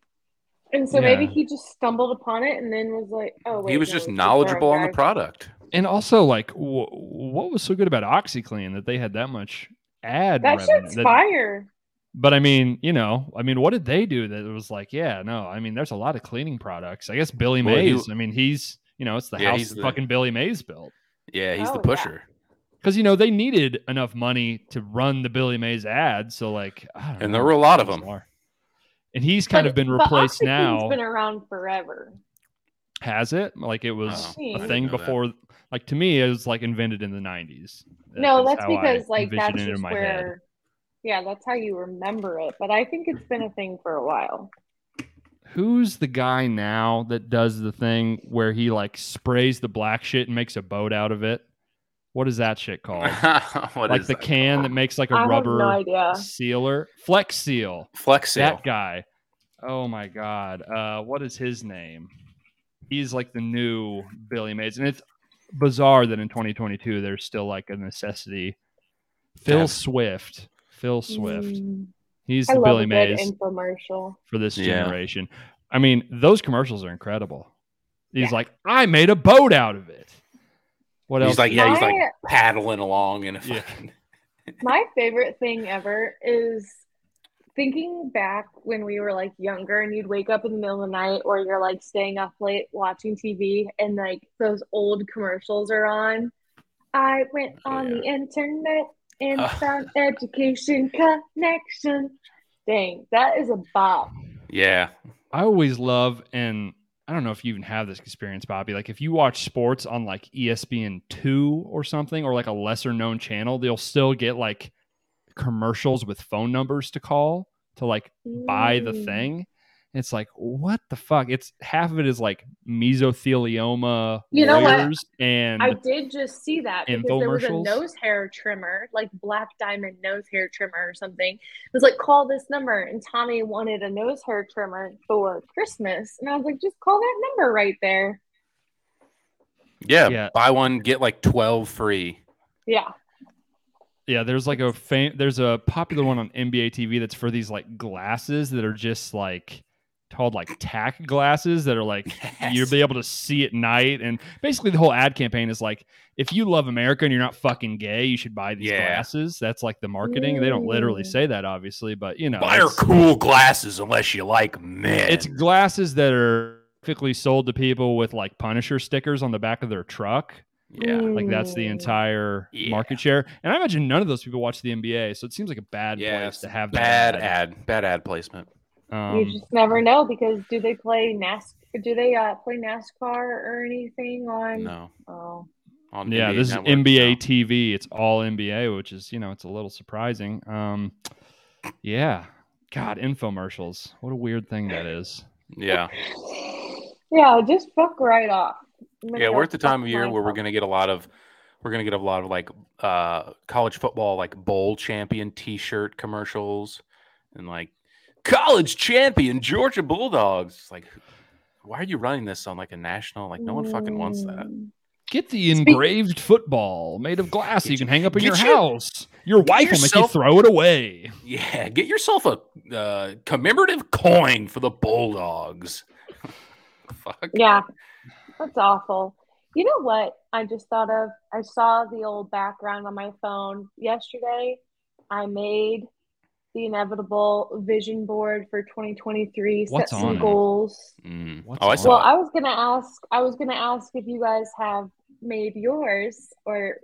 and so maybe
Yeah.
he just stumbled upon it and then was like, "Oh, wait,
he was
no,
just
it's
knowledgeable on the
guys.
product.
and also like wh- what was so good about oxyclean that they had that much ad
That
revenue-
shit's
that-
fire.
But I mean, you know, I mean, what did they do that it was like, yeah, no, I mean, there's a lot of cleaning products. I guess Billy
Well,
Mays,
he-
I mean, he's, you know, it's the
Yeah,
house
he's the-
fucking Billy Mays built.
Yeah, he's
Oh,
the
yeah.
pusher.
Because, you know, they needed enough money to run the Billy Mays ad. So, like, I don't
And
know,
there were a lot of them.
bizarre. And he's kind
But-
of been
but
replaced
OxyClean's
now.
Been around forever.
Has it? Like, it was
Oh, I
a
didn't
thing
know that.
before. Like, to me, it was like invented in the 90s.
No,
Is
that's
how I
because like
envisioned
that's
it in
just
my head.
where. Yeah, that's how you remember it. But I think it's been a thing for a while.
who's the guy now that does the thing where he like sprays the black shit and makes a boat out of it? What is that shit called?
What
like
is
the
that?
can that makes like a
I have
rubber
no idea.
sealer, Flex Seal.
Flex Seal.
That guy. Oh my god. Uh, what is his name? He's like the new Billy Mays, and it's bizarre that in 2022 there's still like a necessity. Phil
Yeah.
Swift. Phil Swift.
Mm,
He's
I
the
love
Billy
a good
Mays
infomercial.
for this
Yeah.
generation. I mean, those commercials are incredible. He's like, I made a boat out of it. What else?
He's like,
is-
yeah, he's
I-
like paddling along in a
Yeah.
fucking.
My favorite thing ever is thinking back when we were like younger and you'd wake up in the middle of the night or you're like staying up late watching TV and like those old commercials are on. I went
Oh,
on the internet and
Ah.
found education connection. Dang, that is a bop.
Yeah,
I always love, and I don't know if you even have this experience, Bobby. Like, if you watch sports on like E ESPN two or something, or like a lesser known channel, they'll still get like commercials with phone numbers to call to like buy the
Mm.
thing. And It's like what the fuck? It's half of it is like mesothelioma
You know what?
warriors and
I did just see that because there was a
Infomercials?
nose hair trimmer, like black diamond nose hair trimmer or something. It was like, call this number. And Tommy wanted a nose hair trimmer for Christmas. And I was like, just call that number right there.
yeah.
Yeah.
Buy one, get like twelve free.
Yeah.
Yeah, there's like a fam- there's a popular one on NBA TV that's for these like glasses that are just like called like tack glasses that are like you'll be able to see at night and basically the whole ad campaign is like if you love America and you're not fucking gay, you should buy these
Yeah.
glasses. That's like the marketing. They don't literally
Mm.
say that obviously, but you know,
Buy our
it's,
cool glasses unless you like men.
it's glasses that are typically sold to people with like Punisher stickers on the back of their truck.
yeah.
Like that's the
Mm.
entire
Yeah.
market share. And I imagine none of those people watch the NBA, so it seems like a bad
Yeah,
place
it's
to have
Bad
that
ad, bad ad placement.
Um,
You just never know because do they play NAS? Do they uh, play NASCAR or anything on?
No,
Oh,
on
yeah,
NBA
this is
Network,
NBA
no.
TV. It's all NBA, which is you know it's a little surprising. Um, yeah, God, infomercials. What a weird thing that is.
Yeah,
yeah, just fuck right off. I'm gonna
yeah.
go
We're at the
fuck
time of year where we're
myself.
gonna get a lot of, we're gonna get a lot of like uh college football like bowl champion T-shirt commercials, and like college champion Georgia Bulldogs. It's Like, why are you running this on like a national? Like, no one fucking wants that.
Mm.
Get the engraved football made of glass that you can hang up in your
Get your-
house. Your wife will make you
yourself-
throw it away.
Yeah, get yourself a uh, commemorative coin for the Bulldogs. Fuck.
Yeah, that's awful. You know what? I just thought of. I saw the old background on my phone yesterday. I made the inevitable vision board for 2023.
What's
set
on
some
it?
goals.
Mm.
What's
Oh, I
on-
saw.
Well,
it.
I was gonna ask. I was gonna ask if you guys have made yours or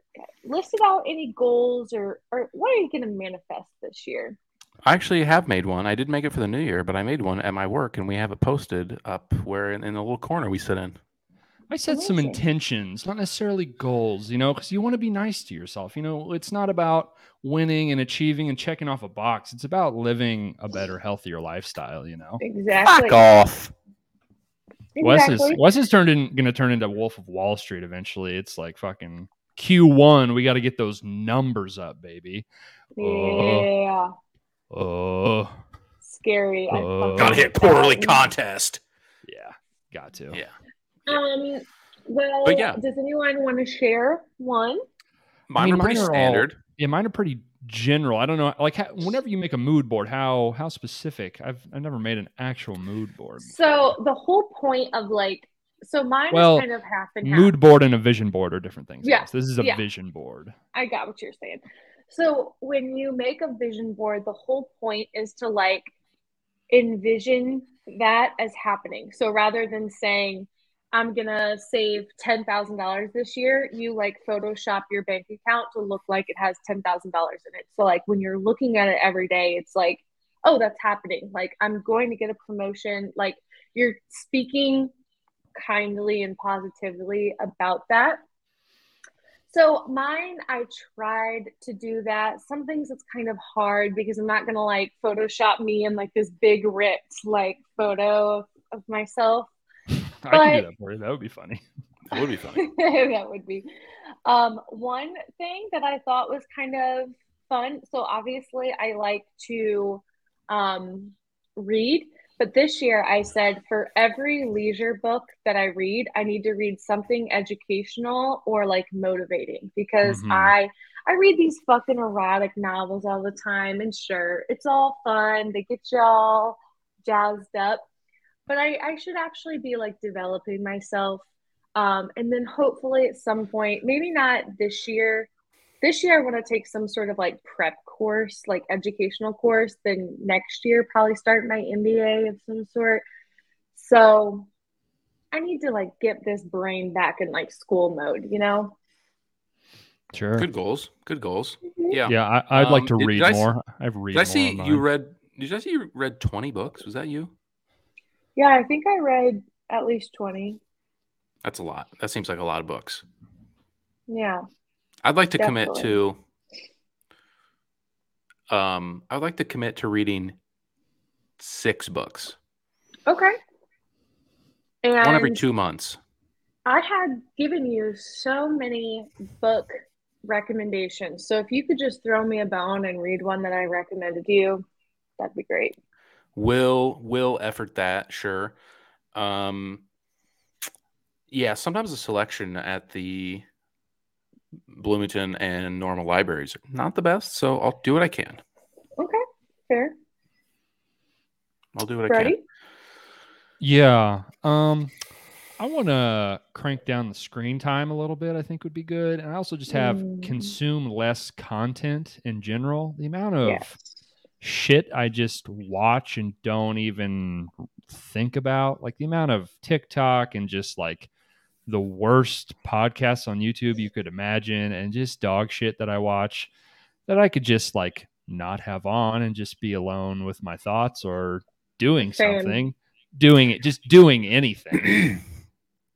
listed out any goals or or what are you gonna manifest this year?
I actually have made one. I did make it for the new year, but I made one at my work, and we have it posted up where in, in the little corner we sit in.
I set some
Amazing.
intentions, not necessarily goals, you know, because you want to be nice to yourself. You know, it's not about winning and achieving and checking off a box. It's about living a better, healthier lifestyle, you know.
Exactly.
off.
Wes
Exactly.
is Wes is turned in gonna turn into Wolf of Wall Street eventually. It's like fucking Q1. We gotta get those numbers up, baby.
yeah.
Oh
Scary. I
Oh.
fucking-
Got hit quarterly contest.
yeah. Got to.
Yeah.
Um. Well,
But yeah.
does anyone want to share one?
Mine
mean,
are pretty
mine are all-
standard.
yeah, mine are pretty general. I don't know, like how, whenever you make a mood board, how how specific? I've I've never made an actual mood board.
So the whole point of like, so mine
Well,
is kind of half and half.
Mood board and a vision board are different things.
Yeah,
Yes, this is a
yeah.
vision board.
I got what you're saying. So when you make a vision board, the whole point is to like envision that as happening. So rather than saying, I'm gonna save ten thousand dollars this year, you like Photoshop your bank account to look like it has ten thousand dollars in it. So like when you're looking at it every day, it's like, oh, that's happening. Like I'm going to get a promotion. Like you're speaking kindly and positively about that. So mine, I tried to do that. Some things it's kind of hard because I'm not gonna like Photoshop me in like this big ripped like photo of, of myself.
I can do
But-
that for you. That would be funny.
That would be funny.
that would be. Um, one thing that I thought was kind of fun. So obviously, I like to um, read, but this year I said for every leisure book that I read, I need to read something educational or like motivating because
Mhm.
I I read these fucking erotic novels all the time, and sure, it's all fun. They get y'all jazzed up. But I, I should actually be like developing myself um, and then hopefully at some point, maybe not this year. This year, I want to take some sort of like prep course, like educational course. Then next year, probably start my MBA of some sort. So I need to like get this brain back in like school mode, you know?
Sure.
Good goals. Good goals.
Mhm.
Yeah.
Yeah, I, I'd like
Um,
to
did- did
read
I s-
more. I have read.
Did I
more
see
on
you
mine.
read? Did I see you read twenty books? Was that you?
Yeah, I think I read at least 20.
That's a lot. That seems like a lot of books.
Yeah.
I'd like to commit to. Um, I'd like to commit to reading six books,
Okay. And
one every two months.
I had given you so many book recommendations. So if you could just throw me a bone and read one that I recommended you, that'd be great.
Will will effort that sure. Um, yeah, sometimes the selection at the Bloomington and Normal libraries are not the best, so I'll do what I can.
Okay, fair.
I'll do what I can.
Brody?
Yeah. Um, I want to crank down the screen time a little bit. I think would be good, and I also just have
Mm.
consume less content in general. The amount of
Yes.
shit I just watch and don't even think about, like the amount of TikTok and just like the worst podcasts on YouTube you could imagine, and just dog shit that I watch that I could just like not have on and just be alone with my thoughts or doing
Same.
something, doing it, just doing anything.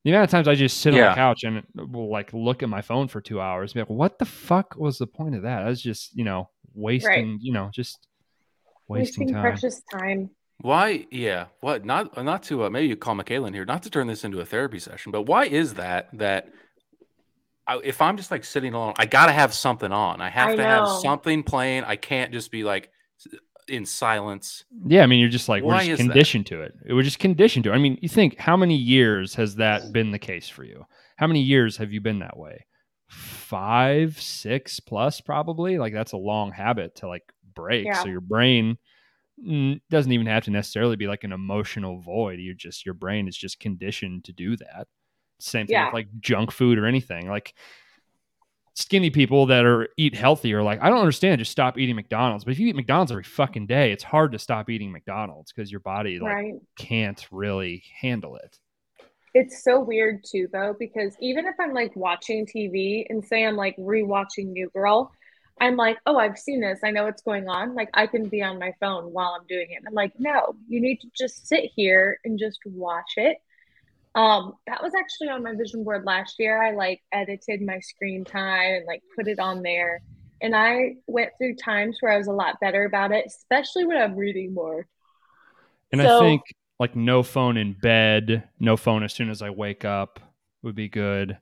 The amount of times I just sit on
Yeah.
the couch and will like look at my phone for two hours, and be like, "What the fuck was the point of that?" I was just, you know, wasting, you know, just wasting, time.
precious time.
Why? Yeah. What? Not not to uh, maybe you call McKaylin here. Not to turn this into a therapy session, but why is that that I, if I'm just like sitting alone, I gotta have something on. I have
I
to have
know.
something playing. I can't just be like s- in silence.
Yeah, I mean, you're just like
Why
we're
is
just
that?
conditioned to it. We're just conditioned to it. I mean, you think how many years has that been the case for you? How many years have you been that way? Five, six plus, probably. Like that's a long habit to like break.
Yeah.
So your brain mm, doesn't even have to necessarily be like an emotional void. You just your brain is just conditioned to do that. Same thing
Yeah.
with like junk food or anything. Like skinny people that are eat healthy are like, I don't understand, just stop eating McDonald's. But if you eat McDonald's every fucking day, it's hard to stop eating McDonald's because your body like
right.
can't really handle it.
It's so weird too, though, because even if I'm like watching TV and say I'm like rewatching New Girl, I'm like, oh, I've seen this. I know what's going on. Like, I can be on my phone while I'm doing it. I'm like, no, you need to just sit here and just watch it. Um, that was actually on my vision board last year. I like edited my screen time and like put it on there. And I went through times where I was a lot better about it, especially when I'm reading more.
And I
So-
think like no phone in bed, no phone as soon as I wake up would be good.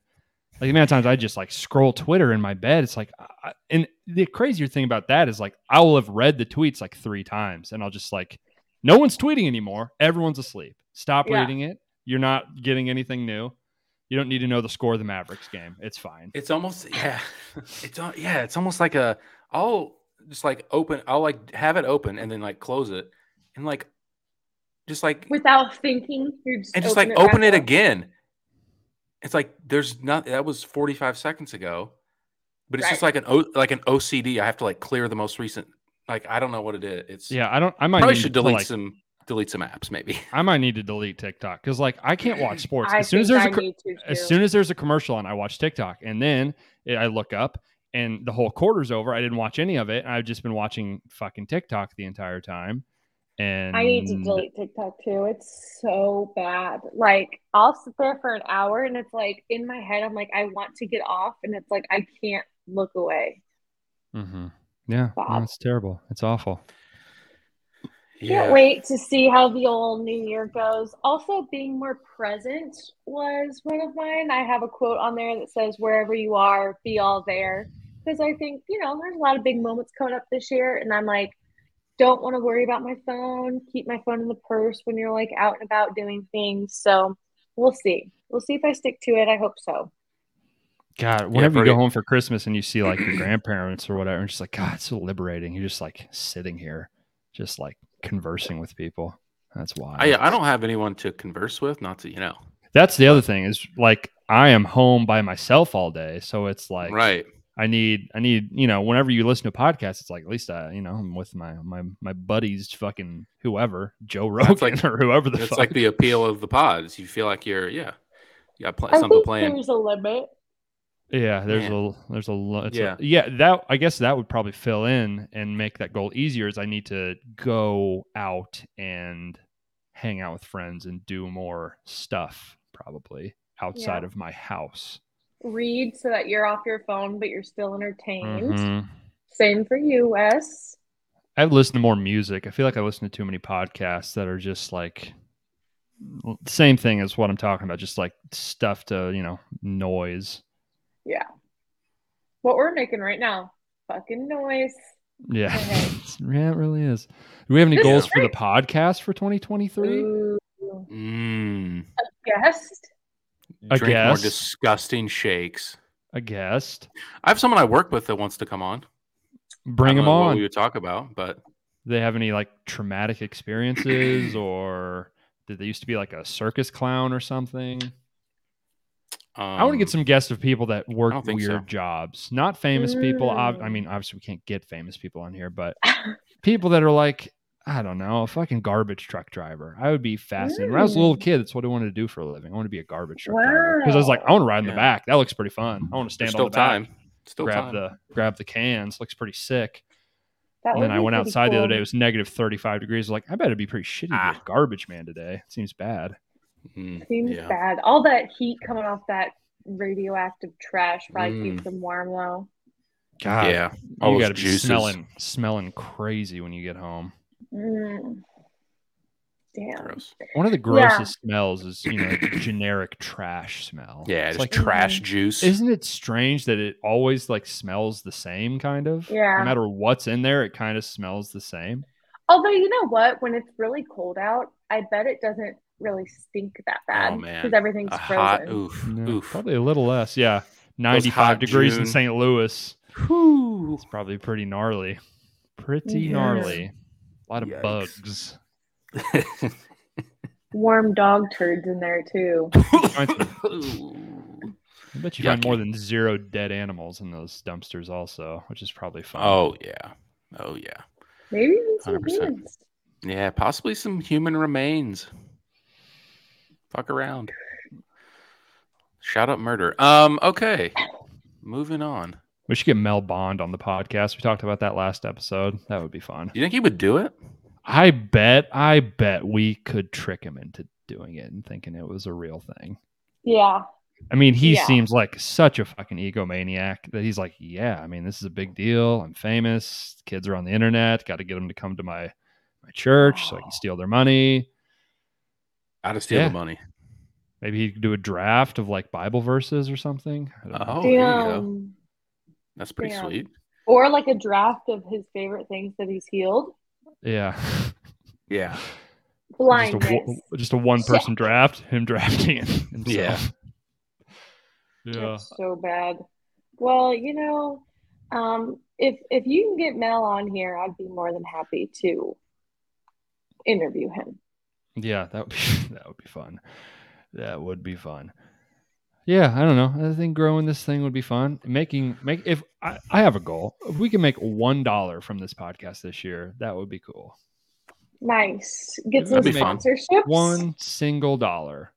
Like the amount of times I just like scroll Twitter in my bed, it's like, I, and the crazier thing about that is like I will have read the tweets like three times, and I'll just like, no one's tweeting anymore. Everyone's asleep. Stop
Yeah.
reading it. You're not getting anything new. You don't need to know the score of the Mavericks game. It's fine.
It's almost yeah. It's al- yeah. It's almost like a I'll just like open. I'll like have it open and then like close it and like just like
Without thinking, you just
and just like
open
open
back
it
up.
again. It's like there's not that was 45 seconds ago, but it's just like an o, like an OCD. I have to like clear the most recent. Like I don't know what it is. It's
Yeah, I don't. I might
Probably
need
should
to,
delete
like,
some delete some apps maybe.
I might need to delete TikTok because like I can't watch sports
I
as soon as
think
there's a
I
cr-
need to,
as
too.
soon as there's a commercial on, I watch TikTok, and then it, I look up, and the whole quarter's over. I didn't watch any of it. and I've just been watching fucking TikTok the entire time. And
I need to delete TikTok too. It's so bad. Like I'll sit there for an hour and it's like in my head I'm like I want to get off and it's like I can't look away.
Mhm. Yeah,
Bob.
no, it's terrible. It's awful.
Can't wait to see how the old new year goes. Also being more present was one of mine. I have a quote on there that says wherever you are, be all there because I think, you know, there's a lot of big moments coming up this year and I'm like don't want to worry about my phone. Keep my phone in the purse when you're like out and about doing things. So we'll see. We'll see if I stick to it. I hope so.
God, whenever you
pretty-
go home for Christmas and you see like your grandparents or whatever, it's just like God, it's so liberating. You're just like sitting here, just like conversing with people. That's wild.
I uh, I don't have anyone to converse with. Not to you know.
That's the other thing is like I am home by myself all day, so it's like
right.
I need, I need, you know, whenever you listen to podcasts, it's like at least I, you know, I'm with my my my buddies, fucking whoever, Joe Rogan
That's like-
or whoever the
That's
fuck.
like the appeal of the pods. You feel like you're yeah. You got pl-
I
something
think
planned.
there's a limit.
yeah, there's
Yeah.
a there's a lot.
Yeah.
Yeah, yeah. That I guess that would probably fill in and make that goal easier. Is I need to go out and hang out with friends and do more stuff probably outside of my house.
Read so that you're off your phone, but you're still entertained.
Mhm.
Same for you, Wes.
I've listened to more music. I feel like I listen to too many podcasts that are just like l- same thing as what I'm talking about, just like stuff to, you know, noise.
What we're making right now. Fucking noise.
Yeah.
Okay.
yeah, it really is. Do we have any
This
goals
is Uh,
for the podcast for 2023?
Ooh.
Mm.
Guest.
A
Drink more
guest.
disgusting shakes.
A guest.
I have someone I work with that wants to come on. I
Bring
don't
them
know What
on.
we would talk about, but
they have any like traumatic experiences or did they used to be like a circus clown or something? I want to
um,
get some guests of people that work
don't think
weird
so.
jobs, not famous people. ob- I
Mm.
mean, obviously, we can't get famous people on here, but people that are like, I don't know, a fucking garbage truck driver. I would be fascinated. When I was a little kid, that's what I wanted to do for a living. I want to be a garbage truck driver because I was like, I want to ride in
Yeah.
the back. That looks pretty fun. I want to
There's
stand on
still
the back,
time. Still
grab
time.
the grab the cans. Looks pretty sick.
That
and
would
then I
be
went
pretty
outside the other
cool.
day. It was negative thirty five degrees. I was like, I better be pretty shitty to be
Ah.
a garbage man today. It seems bad.
Mm,
Seems
yeah.
bad. All that heat coming off that radioactive trash probably
Mm.
keeps them warm though.
God,
yeah. All
you
those
got to be
juices.
smelling smelling crazy when you get home.
Mm. Damn.
Gross.
One of the
Yeah.
grossest smells is you know the generic trash smell.
Yeah,
it's
just
like Mm.
trash juice.
isn't it strange that it always like smells the same kind of?
Yeah.
No matter what's in there, it kind of smells the same.
Although you know what, when it's really cold out, I bet it doesn't really stink that bad
Oh, man.
because everything's
a
frozen.
hot oof
No,
oof.
Probably a little less. Yeah, ninety
hot
five degrees in
June-
St. Louis.
Whew.
It's probably pretty gnarly. Pretty
Yes.
gnarly. A lot of
Yikes.
bugs.
Warm dog turds in there too.
I bet you find more than zero dead animals in those dumpsters, also, which is probably fun.
oh yeah. Oh yeah.
Maybe even some
100%.
humans.
Yeah, possibly some human remains. Fuck around. Shout out murder. Um, okay. Moving on.
we should get Mel Bond on the podcast. We talked about that last episode. That would be fun.
You think he would do it?
I bet, I bet we could trick him into doing it and thinking it was a real thing.
Yeah.
I mean, he
Yeah.
seems like such a fucking egomaniac that he's like, yeah, I mean, this is a big deal. I'm famous. Kids are on the internet. Got to get them to come to my my church so I can steal their money.
How to steal
Yeah.
the money.
Maybe he could do a draft of like Bible verses or something. I don't know.
Oh, there you go.
Damn.
That's pretty
Damn.
sweet.
Or like a draft of his favorite things that he's healed.
Yeah.
Yeah.
Just a,
Blindness.
wo- just a one person draft, him drafting it himself. Yeah.
That's so bad. Well, you know, um, if if you can get Mel on here, I'd be more than happy to interview him.
Yeah, that would be that would be fun. That would be fun. Yeah, I don't know. I think growing this thing would be fun. Making make if I, I have a goal. If we can make one dollar from this podcast this year, that would be cool.
Nice. Get some
That'd be fun.
sponsorships.
One single dollar.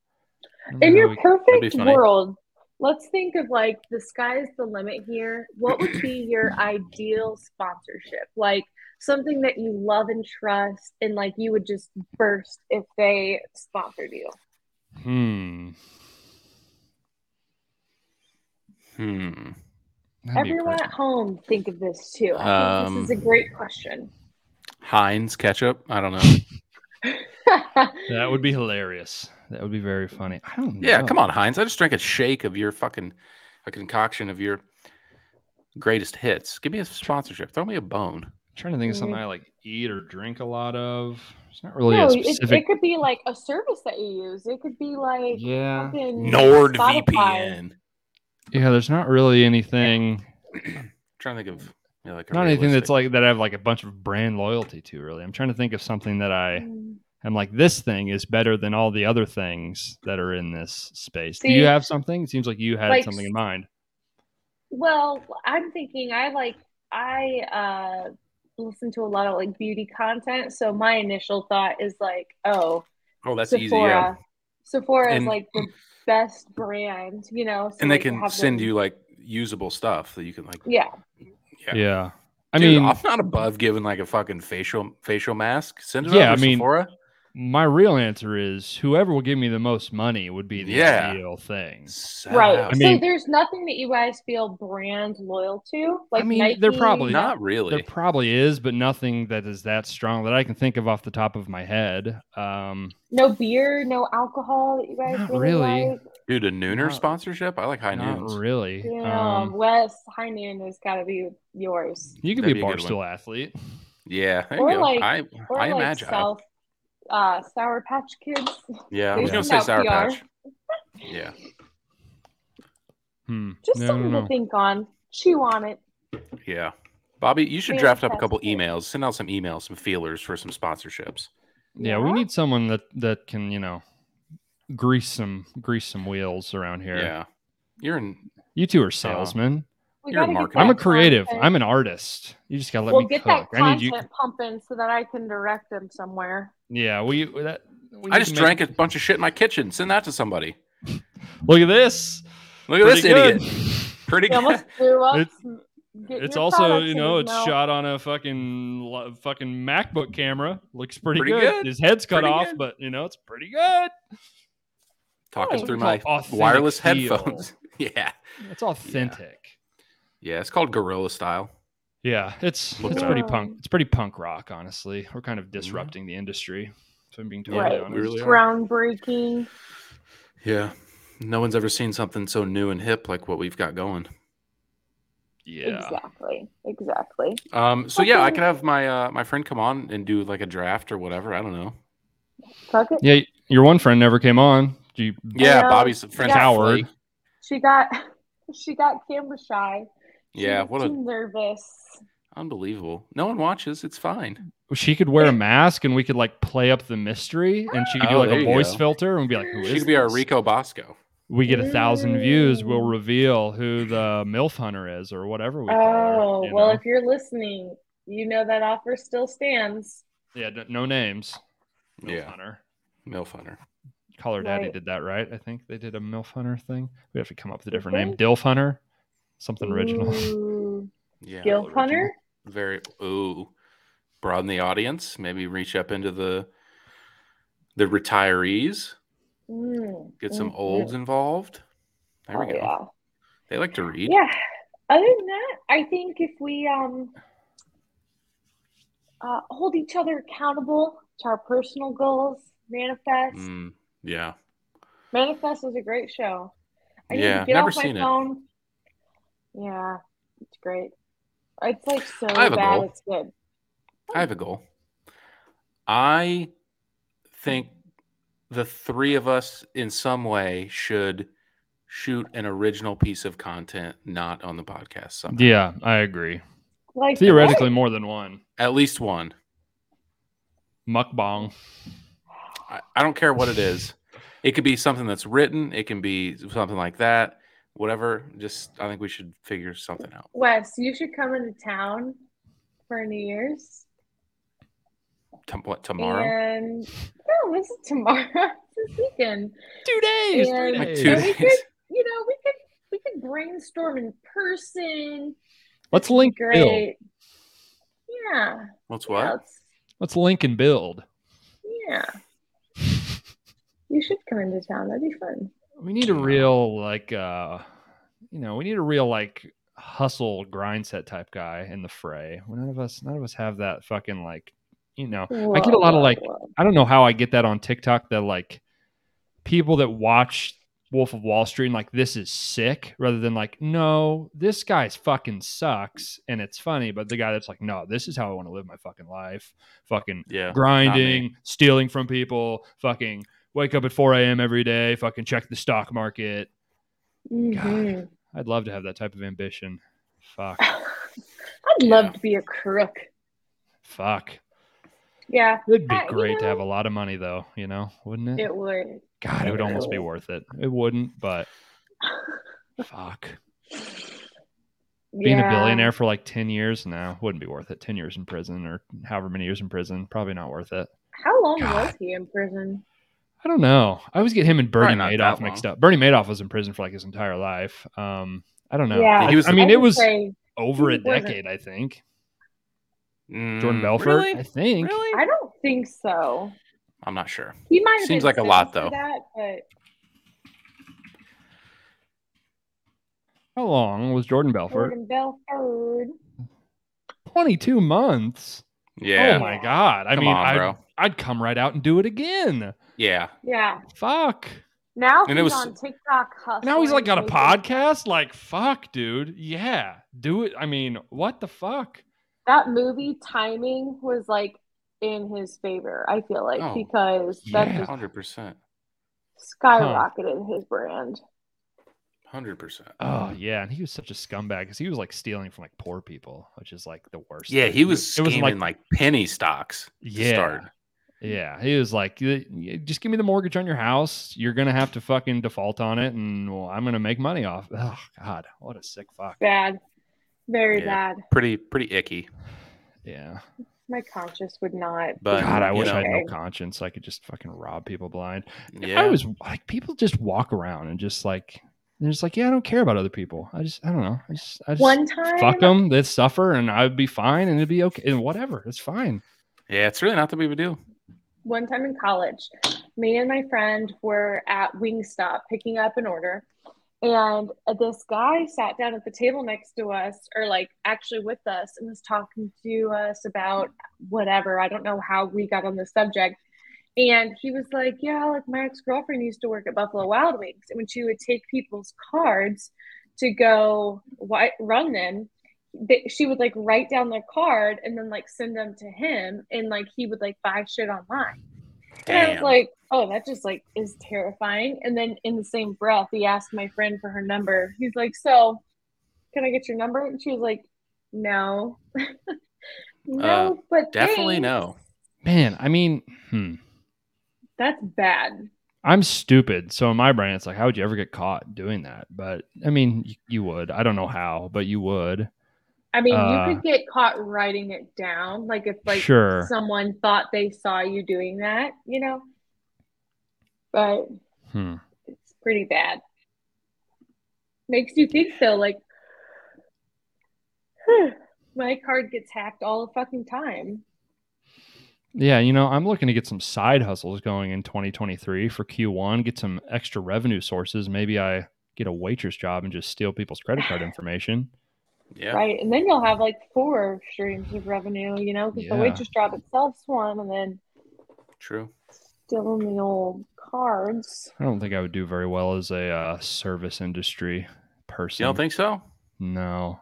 I don't know
In
how
your
we-
That'd
perfect
be funny.
world, let's think of like the sky's the limit here. What would be your ideal sponsorship? Like something that you love and trust, and like you would just burst if they sponsored you.
hmm.
Hmm.
That'd be
Everyone
great.
at home, think of this too. I think
Um,
this is a great question.
Heinz ketchup. I don't know.
That would be hilarious. That would be very funny. I don't know.
Yeah, come on, Heinz. I just drank a shake of your fucking a concoction of your greatest hits. Give me a sponsorship. Throw me a bone.
trying to think of something I like eat or drink a lot of. It's not really a
Mm. no, it,
specific
it could be like a service that you use. It could be like
Yeah.
fucking Spotify.
NordVPN.
Yeah, there's not really anything
trying to think of you know, like a
not anything that's like
realistic-
that I have like a bunch of brand loyalty to really. I'm trying to think of something that I am like this thing is better than all the other things that are in this space. Do
See,
you have something? It seems like you had
like,
something in mind.
Well, I'm thinking I like I uh listen to a lot of like beauty content, so my initial thought is like, oh,
oh, that's
Sephora.
easy. Yeah.
Sephora
And-
is like the best brand, you know. so,
And they
like, to
can
have
send
them-
you like usable stuff that you can like.
Yeah.
Yeah.
Yeah. I
Dude,
mean,
I'm not above giving like a fucking facial facial mask. Send it
Yeah,
over
I mean,
Sephora.
my real answer is whoever will give me the most money would be the
Yeah.
ideal thing.
Sell
Right.
out.
I mean-
so there's nothing that you guys feel brand loyal to. Like
mean, they're
Nike,
probably-
not really.
There probably is, but nothing that is that strong that I can think of off the top of my head. Um,
no beer, no alcohol that you guys
Not
really,
really.
like.
Dude, a Nooner
Not-
sponsorship? I like high
not
noons.
really.
Yeah,
Um,
Wes, High Noon has got to be yours.
you could
That'd
be a
be a good
barstool athlete.
Yeah. There you
Or
go.
like-
I,
Or
I
like
am agile.
South, uh, Sour Patch Kids.
Yeah, I was
Yeah.
gonna say
Not
Sour
PR.
Patch. Yeah,
Hmm.
Just
Yeah, I don't
something
know.
to think on. Chew on it.
yeah. Bobby, you should draft up a couple
Fantastic.
emails. Send out some emails, some feelers for some sponsorships.
Yeah, we need someone that that can you know grease some grease some wheels around here.
Yeah, you're in.
You two are salesmen.
We
You're a
gotta get
marketer.
that
I'm a creative.
content-
I'm an artist. You just gotta let
Well,
me
get
cook.
that
I need
content
you.
pumping so that I can direct them somewhere.
Yeah, we that. We
I
need
just
to make-
drank a bunch of shit in my kitchen. Send that to somebody.
Look at this.
Look at
Pretty
this idiot.
good.
Pretty
You
good.
almost threw up.
It's-
Get
It's
your
also
products
you
in
know
his
it's
mouth.
shot on a fucking lo- fucking MacBook camera. Looks pretty,
Pretty
good.
good.
His head's cut
Pretty
off,
good.
but you know it's pretty good.
Talking
Oh,
through my
it's called authentic
wireless
feel.
headphones. yeah,
It's authentic.
yeah. It's called Gorilla Style.
Yeah, it's
Look Mm-hmm.
it's
it
pretty
up.
punk. It's pretty punk rock, honestly. We're kind of disrupting the industry. If I'm being totally
Right,
honest.
we really are.
Groundbreaking.
Yeah, no one's ever seen something so new and hip like what we've got going.
Yeah.
Exactly. Exactly.
Um, so yeah, I
Okay.
could have my uh, my friend come on and do like a draft or whatever. I don't know.
Fuck it.
Yeah, your one friend never came on. Do you
Yeah,
know.
Bobby's friend
Coward.
She got she got camera shy. She
Yeah,
was
what a
too nervous.
unbelievable. No one watches. It's fine.
she could wear a mask and we could like play up the mystery and she could do
Oh,
like
there
a
you
voice
go.
filter and be like, who is
She could be our
this?
Rico Bosco.
We get a thousand views. We'll
Mm.
reveal who the MILF hunter is or whatever we call
Oh,
her, you
well,
know?
if you're listening, you know that offer still stands.
yeah, d- no names. MILF
Yeah.
hunter.
Milf Hunter.
Call her daddy
Right.
did that, right? I think they did a MILF hunter thing. We have to come up with a different
Okay.
name. Dilf hunter. Something original.
Mm-hmm. Ooh.
Yeah.
Gil
original.
Hunter?
Very ooh. Broaden the audience. Maybe reach up into the the retirees.
Mm,
Get some
mhm.
olds involved. There we
Oh,
go.
yeah.
They like to read.
Yeah. Other than that, I think if we um uh, hold each other accountable to our personal goals, manifest.
Mm, yeah.
Manifest was a great show. I need
Yeah,
to get
never
off my
seen it.
phone. Yeah, it's great. It's like so
I have a
bad.
goal.
It's good. Oh.
I have a goal. I think the three of us in some way should shoot an original piece of content not on the podcast somehow.
Yeah, I agree.
Like
Theoretically, more than one.
At least one.
Mukbang.
I, I don't care what it is. It could be something that's written, it can be something like that. Whatever. Just I think we should figure something out.
Wes, you should come into town for New Year's.
Tom- what tomorrow?
And no, this is tomorrow. this weekend.
Two days.
And-
Like two
And we
days.
could, you know, we could we could brainstorm in person.
Let's link build.
Great. Yeah.
What's
Yeah.
what?
it's-
Let's link and build.
yeah. You should come into town. That'd be fun.
We need a
No.
real like uh you know, we need a real like hustle grind set type guy in the fray. None of us none of us have that fucking like you know I get a lot of,
Whoa,
like,
whoa, whoa.
I don't know how I get that on TikTok that like people that watch Wolf of Wall Street and like this is sick rather than like no this guy's fucking sucks and it's funny but the guy that's like no this is how I want to live my fucking life fucking
Yeah.
grinding stealing from people fucking wake up at 4 a.m every day fucking check the stock market
Mhm.
I'd love to have that type of ambition fuck
I'd love
Yeah.
to be a crook.
fuck
Yeah,
it'd be
Uh, you
great to
know-
have a lot of money though you know wouldn't it,
it would.
god it would almost be
would.
worth it it wouldn't but fuck being
yeah.
a billionaire for like 10 years now wouldn't be worth it 10 years in prison or however many years in prison probably not worth it
How long
God.
was he in prison?
i don't know i always get him and bernie
Probably not that
madoff mixed
long.
up bernie madoff was in prison for like his entire life um i don't know
Yeah.
I-
He was-
i mean
would
it was
say-
over a
he wasn't-
decade i think
Mm,
jordan belfort
Really?
i think
Really?
I don't think so.
I'm not sure.
He might have
Seems
been
like a lot,
sentenced for
though.
That, but
how long was jordan belfort
Jordan Belford.
22 months
Yeah.
oh my god i
Come
mean
on,
I'd,
bro.
I'd come right out and do it again
Yeah.
Yeah.
fuck
Now
And it
he's
was-
on TikTok. Hustling,
Now he's like got a
making-
podcast. Like, fuck, dude. Yeah, do it. I mean, what the fuck?
That movie timing was like in his favor. I feel like
Oh,
because that
yeah.
just
Hundred percent.
skyrocketed his brand.
Hundred percent.
Oh yeah, and he was such a scumbag because he was like stealing from like poor people, which is like the worst.
Yeah,
thing.
he was
It
scheming
was
like, penny stocks. To
Yeah.
Start.
yeah, he was like, "Y- y- just give me the mortgage on your house. You're gonna have to fucking default on it, and well, I'm gonna make money off. Oh god, what a sick fuck.
Bad. Very
Yeah.
bad.
Pretty pretty icky.
Yeah.
My conscience would not.
But
God, I
you
wish
know,
I had no
Okay.
conscience. I could just fucking rob people blind.
Yeah.
I was like, people just walk around and just like, they're just like, yeah, I don't care about other people. I just, I don't know. I just, I just
One time,
fuck them. They'd suffer and I'd be fine and it'd be okay. And whatever. It's fine.
yeah, it's really not that big of a deal.
one time in college, me and my friend were at Wingstop picking up an order. And this guy sat down at the table next to us, or like actually with us, and was talking to us about whatever. I don't know how we got on the subject. And he was like, Yeah, like my ex girlfriend used to work at Buffalo Wild Wings. And when she would take people's cards to go wi- run them, they, she would like write down their card and then like send them to him and like he would like buy shit online. And I was
Damn.
like, oh, that just like is terrifying. And then in the same breath, he asked my friend for her number. He's like, so can I get your number? And she was like, no. no,
Uh,
but
Definitely
thanks.
no.
Man, I mean, hmm.
That's bad.
I'm stupid. So in my brain, it's like, how would you ever get caught doing that? But I mean, you, you would. I don't know how, but you would.
I mean,
Uh,
you could get caught writing it down. Like if like
Sure.
someone thought they saw you doing that, you know. But
Hmm.
it's pretty bad. Makes you think though, like my card gets hacked all the fucking time.
Yeah, you know, I'm looking to get some side hustles going in 2023 for Q1, get some extra revenue sources. Maybe I get a waitress job and just steal people's credit card information.
Yeah.
right? And then you'll have like four streams of revenue, you know, because
Yeah.
the waitress job itself's one, and then
True.
stealing the old cards.
I don't think I would do very well as a uh, service industry person.
You don't think so?
No,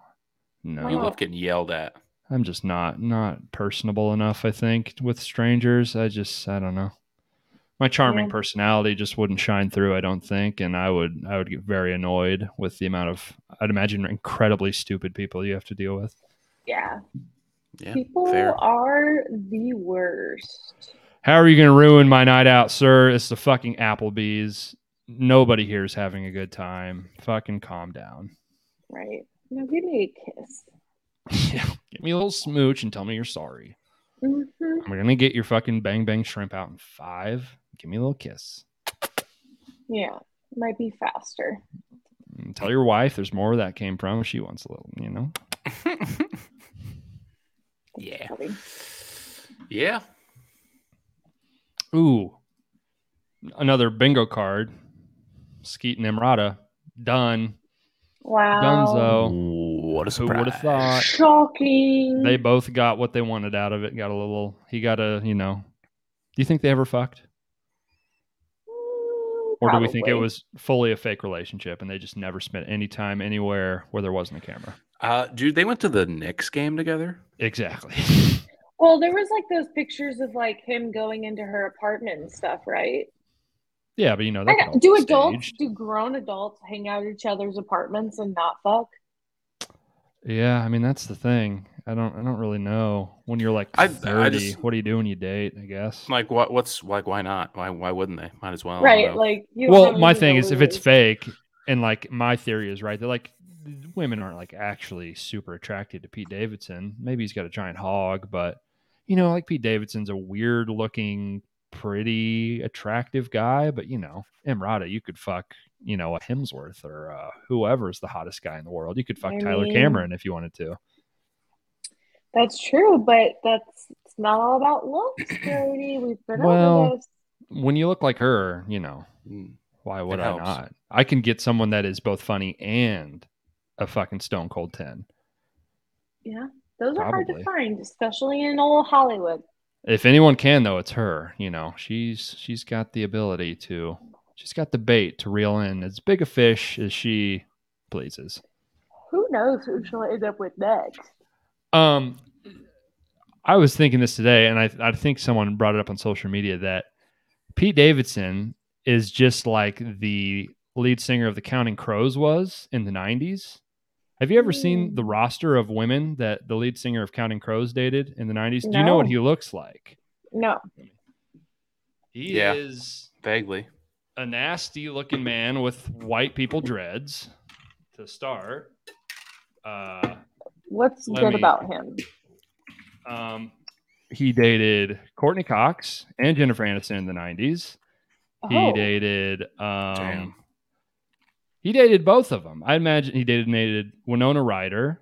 no.
Why
You
not?
love getting yelled at.
I'm just not not personable enough. I think with strangers, I just I don't know. My charming
Yeah.
personality just wouldn't shine through. I don't think, and I would I would get very annoyed with the amount of I'd imagine incredibly stupid people you have to deal with.
Yeah,
Yeah.
people
fair.
are the worst.
How are you going to ruin my night out, sir? It's the fucking Applebee's. Nobody here is having a good time. Fucking calm down.
Right. Now give me a kiss.
Yeah. Give me a little smooch and tell me you're sorry.
hmm
I'm gonna get your fucking bang bang shrimp out in five. Give me a little kiss.
Yeah. Might be faster.
And tell your wife there's more where that came from. She wants a little, you know.
yeah.
Probably.
Yeah.
Ooh, another bingo card. Skeet and Emrata, done.
Wow.
Dunzo.
What a
Oh. Who would have
surprise.
thought?
Shocking.
They both got what they wanted out of it. Got a little. He got a. You know. Do you think they ever fucked,
Mm,
or do we think it
probably.
was fully a fake relationship and they just never spent any time anywhere where there wasn't a camera?
Uh, dude, they went to the Knicks game together.
Exactly.
Well, there was like those pictures of like him going into her apartment and stuff, right?
yeah, but you know
I
that. could
know.
all
do
be
adults,
staged.
do grown adults hang out at each other's apartments and not fuck?
Yeah, I mean that's the thing. I don't. I don't really know when you're like
I- I
thirty.
just-
what do you do when you date? I guess.
Like, what? What's like? Why not? Why? Why wouldn't they? Might as well.
right,
though.
like you. don't
well
have
my thing
anything to
is if it's
lose.
fake and like my theory is right that like women aren't like actually super attracted to pete davidson maybe he's got a giant hog but you know like pete davidson's a weird looking pretty attractive guy but you know Emrata, you could fuck you know a hemsworth or uh, whoever's the hottest guy in the world you could fuck
I
tyler
mean-
cameron if you wanted to
that's true, but that's it's not all about looks, Brody. We've been
Well,
over this.
when you look like her you know
Mm,
why would
It
i
helps.
not i can get someone that is both funny and a fucking stone cold 10
Yeah, those are hard
probably.
to find, especially in old Hollywood.
if anyone can though it's her you know she's she's got the ability to she's got the bait to reel in as big a fish as she pleases
Who knows who she'll end up with next?
um i was thinking this today and i, I think someone brought it up on social media that pete davidson is just like the lead singer of the counting crows was in the 90s have you ever seen
Mm.
the roster of women that the lead singer of counting crows dated in the 90s do you know what
No.
he looks like
No,
he
Yeah.
is
vaguely.
a nasty looking man with white people dreads to start. Uh,
what's
Let
good
me-
about him?
um, he dated Courtney Cox and Jennifer Aniston in the 90s. He
oh,
dated
Damn.
um, he dated both of them. I imagine he dated dated Winona Ryder.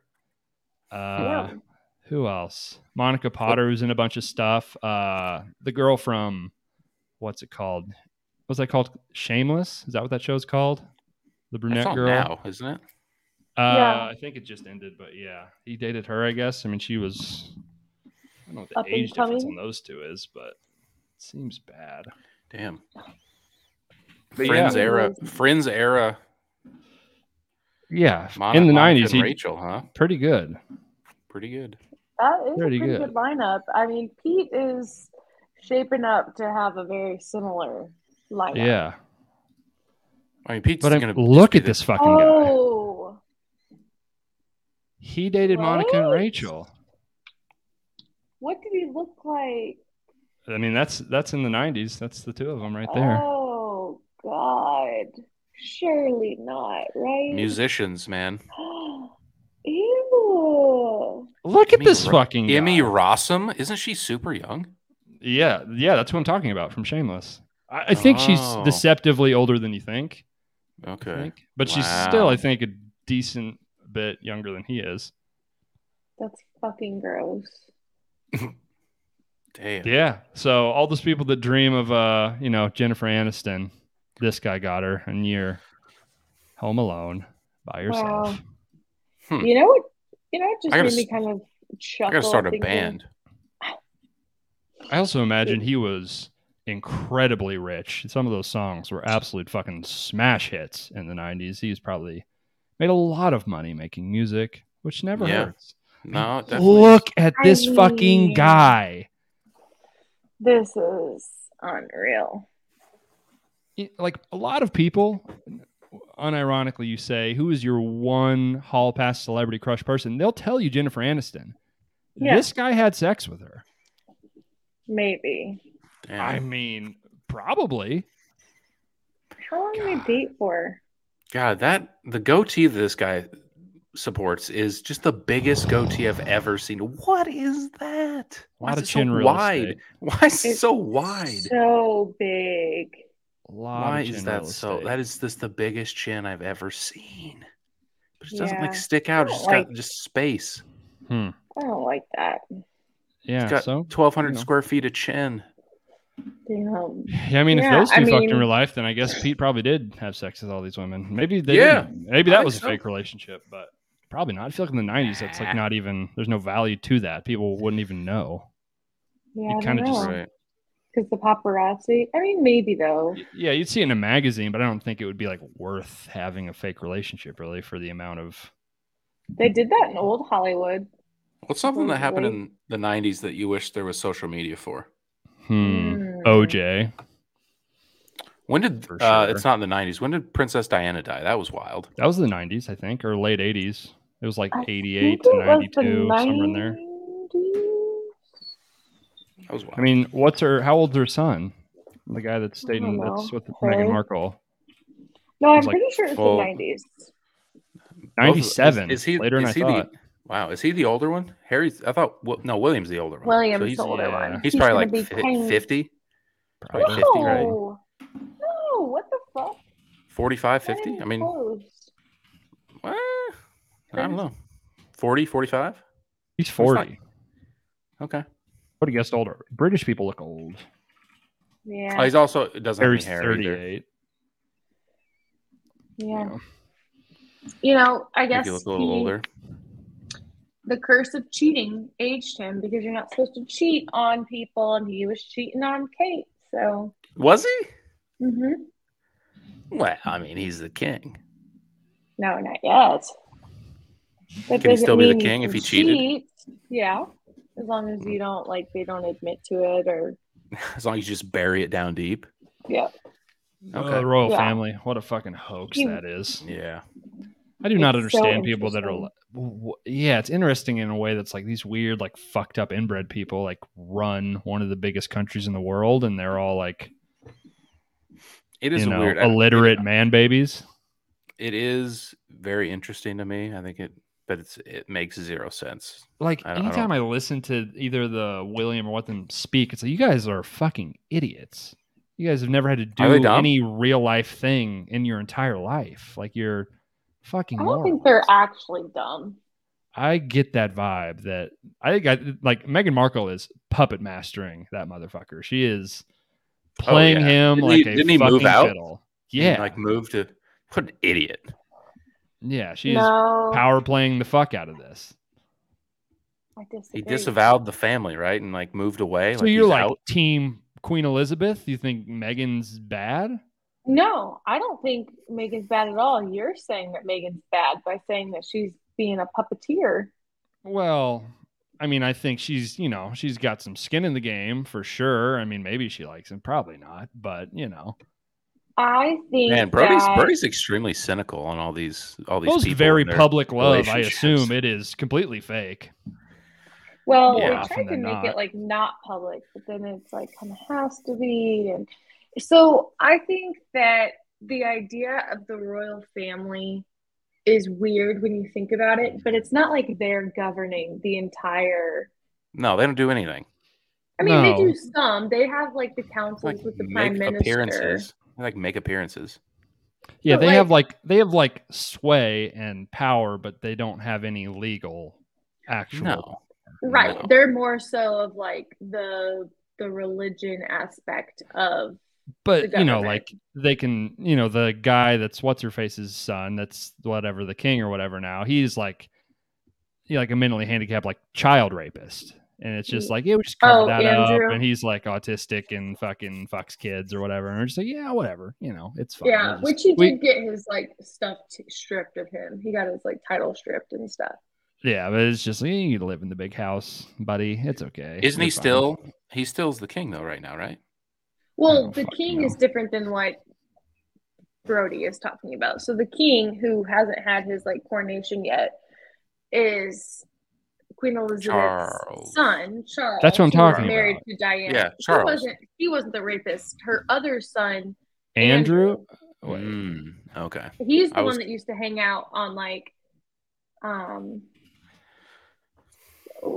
Uh,
Yeah.
Who else? Monica Potter was in a bunch of stuff. Uh, the girl from what's it called? What's that called? Shameless? Is that what that show's called? The
That's
brunette
on
girl.
now, isn't it?
Uh,
Yeah.
I think it just ended, but yeah, he dated her. I guess. I mean, she was. I don't know what the
Up and
age difference on
coming?
those two is, but it seems bad.
Damn.
But
Friends
yeah.
era. Friends era.
Yeah,
Monica
in the
Monica
nineties,
and
he
Rachel, huh?
pretty good.
Pretty good.
that is
pretty
a pretty
good.
good lineup. I mean, Pete is shaping up to have a very similar lineup.
Yeah,
I mean, Pete's
but
Oh, gonna
I'm,
just
look
be
at
the-
this fucking guy.
Oh,
He dated Monica and
What?
Rachel.
what did he look like?
I mean, that's that's in the nineties. That's the two of them right there.
Oh God, surely not, right?
Musicians, man.
Ew.
look at
Emmy
this
Ro-
fucking guy.
Emmy Rossum. Isn't she super young?
Yeah, yeah, that's what I'm talking about from Shameless. I, I think she's
Oh.
deceptively older than you think. I
Okay.
think. But she's still,
Wow.
I think, a decent bit younger than he is.
That's fucking gross.
Damn.
Yeah. So all those people that dream of uh, you know, Jennifer Aniston, this guy got her and you're home alone by yourself.
Wow.
Hmm.
You know what? You know, it just
I gotta
made me
s-
kind of chuckle.
I gotta start a
thinking-
band.
I also imagine he was incredibly rich. Some of those songs were absolute fucking smash hits in the 90s. He's probably made a lot of money making music, which never
Yeah.
hurts.
No, it definitely.
Look at
I
this fucking
mean-
guy.
This is unreal.
Y- Like a lot of people, unironically, you say, Who is your one hall pass celebrity crush person? They'll tell you Jennifer Aniston.
Yeah.
This guy had sex with her.
Maybe.
Damn.
I mean, probably.
How long did
God.
they date for?
God, that the goatee that this guy supports is just the biggest goatee I've ever seen. What is that? Why
Lot
is
of
it
chin
so
real
wide?
estate.
Why is it
It's
so wide?
So big.
A lot
Why
of
is
chin
that
real
so?
estate.
That is this the biggest chin I've ever seen. But it doesn't
Yeah.
like stick out. It's
don't
just got
like-
just space.
Hmm.
I don't like that.
Yeah.
It's got
so
twelve hundred
you know.
square feet of chin.
Damn.
Yeah, I mean,
Yeah,
if those two
I
fucked in
mean-
real life, then I guess Pete probably did have sex with all these women. Maybe they
Yeah,
didn't. Maybe
I
that
think
was a
so.
fake relationship, but probably not. I feel like in the '90s, that's like not even. There's no value to that. People wouldn't even know.
Yeah, I
kinda
don't
just-
know. Because the paparazzi. I mean, maybe though.
Y- Yeah, you'd see it in a magazine, but I don't think it would be like worth having a fake relationship really for the amount of.
They did that in old Hollywood.
What's something that happened
Wait.
in the nineties that you wish there was social media for?
Hmm.
Mm.
OJ.
When did
For
uh,
sure.
it's not in the nineties? When did Princess Diana die? That was wild.
That was the '90s, I think, or late '80s. It was like
I
'88
think
to
it was the
'92, somewhere in there.
90s?
That was wild.
I mean, what's her? How old's her son? The guy that stayed
don't
in
know.
that's with
Harry?
Meghan Markle.
No, I'm
was, like,
pretty sure it's the
full-
90s.
Both of-
97
Is, is he
later
is
than I
he
thought.
The, wow, is he the older one? Harry's. I thought. Well, no, William's the older one.
William's
he's,
the older
yeah.
one.
He's,
gonna
probably
be
like fi-
paying-
50,
Probably
Wow.
50, right?
No. No, what the fuck?
45, 50?
That
I mean,
close.
eh, I don't know. 40, 45?
He's 40.
He's Okay.
What do you guess older? British people look old.
Yeah.
Oh, he's also it doesn't have any
Harry's
hair either.
38.
yeah.
know.
You know, I
Make
guess
you look a little
he-
older.
the curse of cheating aged him because you're not supposed to cheat on people, and he was cheating on Kate. So,
Was he?
hmm
Well, I mean, he's the king.
no, not yet. That
Can he
doesn't
still be the
mean you
king if
can
he cheated?
cheat. Yeah, as long as you don't like they don't admit to it or
As long as you just bury it down deep.
yeah.
Oh,
Okay.
the royal
Yeah.
family. What a fucking hoax
He-
that is.
Yeah.
I do not
It's so
understand people that are.
interesting.
li- w- Yeah, it's interesting in a way that's like these weird, like fucked up inbred people, like run one of the biggest countries in the world, and they're all like,
It is
you
a
know,
weird.
illiterate man babies.
It is very interesting to me. I think it, but it's it makes zero sense.
Like
I don't- I don't-
anytime I, listen to either the William or what them speak, it's like you guys are fucking idiots. You guys have never had to
Are they
do
dumb?
any real life thing in your entire life. Like you're fucking.
I don't
morons.
think they're actually dumb.
I get that vibe that I think I like Meghan Markle is puppet mastering that motherfucker. She is
Oh,
playing
yeah.
him
Didn't
like
he-
a
didn't he
fucking
move out?
fiddle.
And,
Yeah,
like move to what an idiot.
yeah, she's
no,
power playing the fuck out of this.
I
He
disagree.
disavowed the family, right? And like moved away.
so you're
he's
like
out.
team Queen Elizabeth. You think Megan's bad?
No, I don't think Megan's bad at all. You're saying that Megan's bad by saying that she's being a puppeteer.
Well, I mean, I think she's, you know, she's got some skin in the game for sure. I mean, maybe she likes him, probably not, but you know,
I think
Man, Brody's
that-
Brody's extremely cynical on all these all these
those
people
very
and their-
public love, I
relationships.
assume it is completely fake.
Well,
Yeah,
they
often
tried to
than
make
not.
it like not public, but then it's like kind of has to be. And so I think that the idea of the royal family is weird when you think about it, but it's not like they're governing the entire.
No, they don't do anything.
I mean, they
No.
do some. They have like the councils
Like
with the prime
make
minister.
appearances. They, like make appearances.
Yeah,
But,
they have like they have like sway and power, but they don't have any legal actual.
No.
Right.
No.
They're more so of like the the religion aspect of
but
The
you know,
government.
like they can, you know, the guy that's what's her face's son, that's whatever the king or whatever. Now he's like, he like a mentally handicapped, like child rapist, and it's just like, yeah, we just cover
Oh,
that
Andrew.
up, and he's like autistic and fucking fucks kids or whatever, and we're just like, yeah, whatever, you know, it's fine.
yeah,
We'll
which
just-
he did
we-
get his like stuff t- stripped of him. He got his like title stripped and stuff.
yeah, but it's just like, you need to live in the big house, buddy. It's okay.
Isn't
You're
he
fine.
still? He still's the king though, right now, right?
Well,
don't
the
fucking
king
know.
is different than what Brody is talking about. So the king who hasn't had his like coronation yet is Queen Elizabeth's
Charles.
son, Charles.
That's what I'm
who was
talking
married
about.
to Diana.
Yeah, Charles.
He wasn't he wasn't the rapist. Her other son,
Andrew? Wait.
Mm, okay.
he's the
I was-
one that used to hang out on like um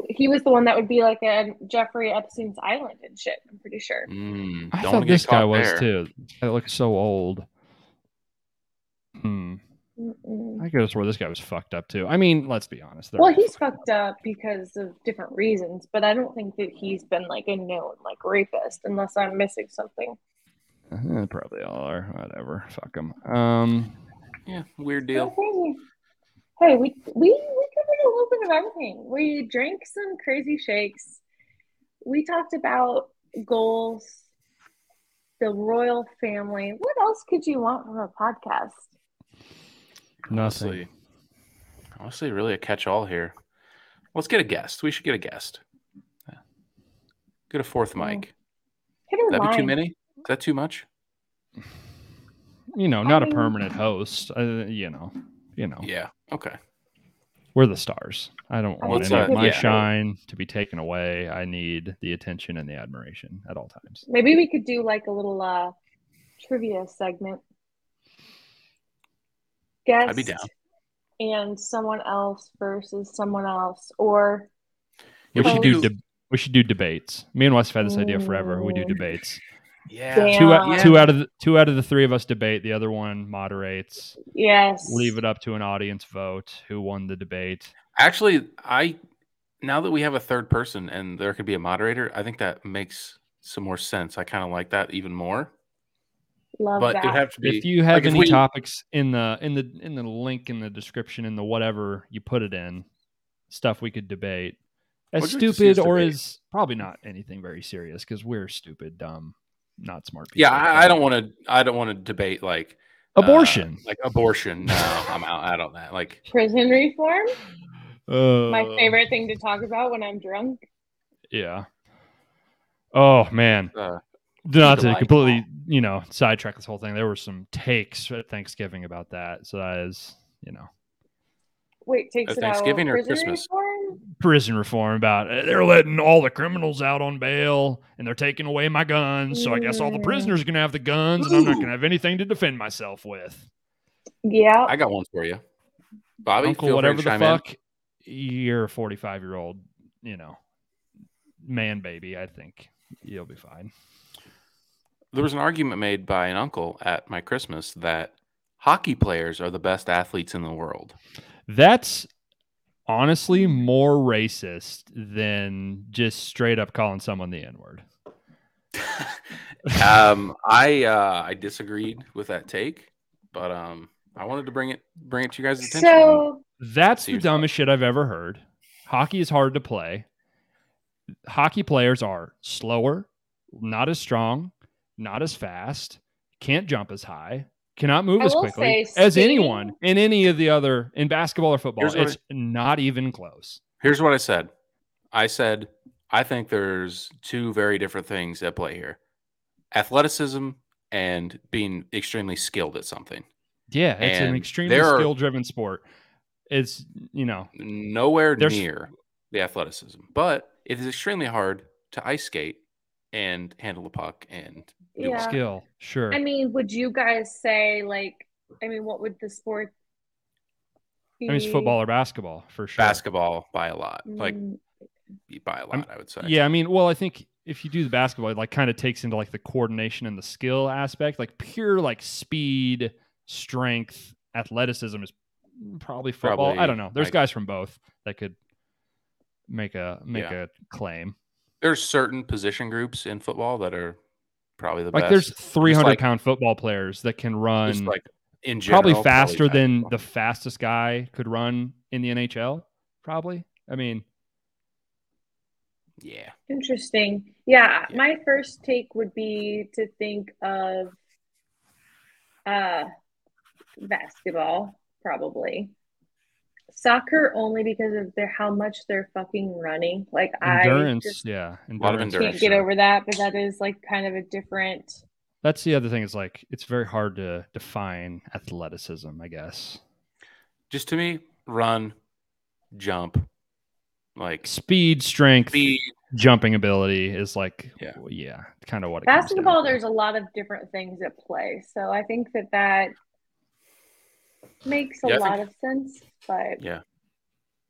he was the one that would be like a Jeffrey Epstein's island and shit, I'm pretty sure.
Mm,
I
don't wanna
thought
get
this guy
caught
was
there.
too. I look so old. Hmm.
Mm.
Mm-mm.
I could have swore this guy was fucked up too. I mean, let's be honest. they're
Well,
all
he's
fucked up.
fucked up because of different reasons, but I don't think that he's been like a known like rapist, unless I'm missing something.
Eh, probably all are. Whatever. Fuck him. Um,
Yeah, weird deal.
Crazy. Hey, we we we covered a little bit of everything. We drank some crazy shakes. We talked about goals, the royal family. What else could you want from a podcast?
nothing.
honestly, really a catch-all here. Let's get a guest. We should get a guest. Yeah. Get a fourth mic.
Hit a
That'd be too
line.
many. Is that too much?
You know, not a
mean-
permanent host. Uh, you know, you know,
Yeah. Okay.
we're the stars. I don't
I
want
think
any
so.
of my
Yeah.
shine to be taken away. I need the attention and the admiration at all times.
Maybe we could do like a little uh trivia segment. Guest
I'd be down.
and someone else versus someone else, or
We should
Yeah, we'll
do.
do-
De- we should do debates. Me and Wes have had this idea forever. We do
Ooh.
debates.
Yeah.
Two, out,
Yeah.
two out of the, two out of the three of us debate. The other one moderates.
yes,
Leave it up to an audience vote who won the debate.
Actually, I now that we have a third person and there could be a moderator, I think that makes some more sense. I kind of like that even more.
Love
but
that.
it'd have to be
if you have
like, if
any
we-
topics in the in the in the link in the description in the whatever you put it in stuff we could debate as
Would you like to see us
stupid or
debate?
as probably not anything very serious because we're stupid dumb not smart people
Yeah, I, I don't want to. I don't want to debate like uh,
abortion
like abortion. No, I'm out, out on that. Like
Prison reform,
uh,
my favorite thing to talk about when I'm drunk.
yeah oh man
uh,
not to
July.
completely you know sidetrack this whole thing there were some takes at thanksgiving about that so that is you know
Wait, takes
At
it out.
Uh, Thanksgiving or
prison
Christmas?
Reform?
prison reform about uh, they're letting all the criminals out on bail and they're taking away my guns. So I guess all the
Mm.
prisoners are going to have the guns and I'm not
Ooh.
going to have anything to defend myself with.
Yeah,
I got one for you, Bobby.
Uncle,
feel free
whatever
to
the
chime in.
fuck, you're a 45 year old, you know, man baby. I think you'll be fine.
There was an argument made by an uncle at my Christmas that hockey players are the best athletes in the world.
That's honestly more racist than just straight up calling someone the N word.
um, I uh, I disagreed with that take, but um, I wanted to bring it bring it to you guys' attention.
so
That's the
Seriously.
dumbest shit I've ever heard. Hockey is hard to play. Hockey players are slower, not as strong, not as fast, can't jump as high, cannot move
I
as
will
quickly
say
as
skating-
anyone in any of the other in basketball or football.
Here's what
It's not even close.
Here's what I said. I said I think there's two very different things at play here: athleticism and being extremely skilled at something.
Yeah, it's an
And
extremely
there are-
skill driven sport. It's you know,
Nowhere
There's-
near the athleticism, but it is extremely hard to ice skate and handle the puck and do all
Yeah.
skill, sure.
I mean, would you guys say like? I mean, what would the sport? Be?
I mean, it's football or basketball for sure.
basketball by a lot, like
Mm,
by a lot.
I'm-
i would say.
Yeah, I mean, well, I think if you do the basketball, it like kind of takes into like the coordination and the skill aspect, like pure like speed, strength, athleticism is probably football. I
Probably,
don't know. There's
like-
guys from both that could make a make
Yeah.
a claim.
There's certain position groups in football that are probably the
Like
best.
there's 300 pound
like-
football players that can run
Just like in general,
probably faster than
basketball.
the fastest guy could run in the NHL. Probably. I mean,
yeah.
Interesting. Yeah,
Yeah.
my first take would be to think of uh basketball, probably. Soccer only because of their how much they're fucking running. Like
endurance.
I just
yeah, endurance.
lot of
can't
endurance,
get
yeah.
over that, but that is like kind of a different
That's the other thing. Is like it's very hard to define athleticism. I guess
Just to me, run, jump, like
speed, strength,
speed.
jumping ability is like yeah,
Yeah.
kind of what it comes down
basketball
to.
there's a lot of different things at play. So I think that that makes a
Yeah, I think-
lot of sense, but
Yeah.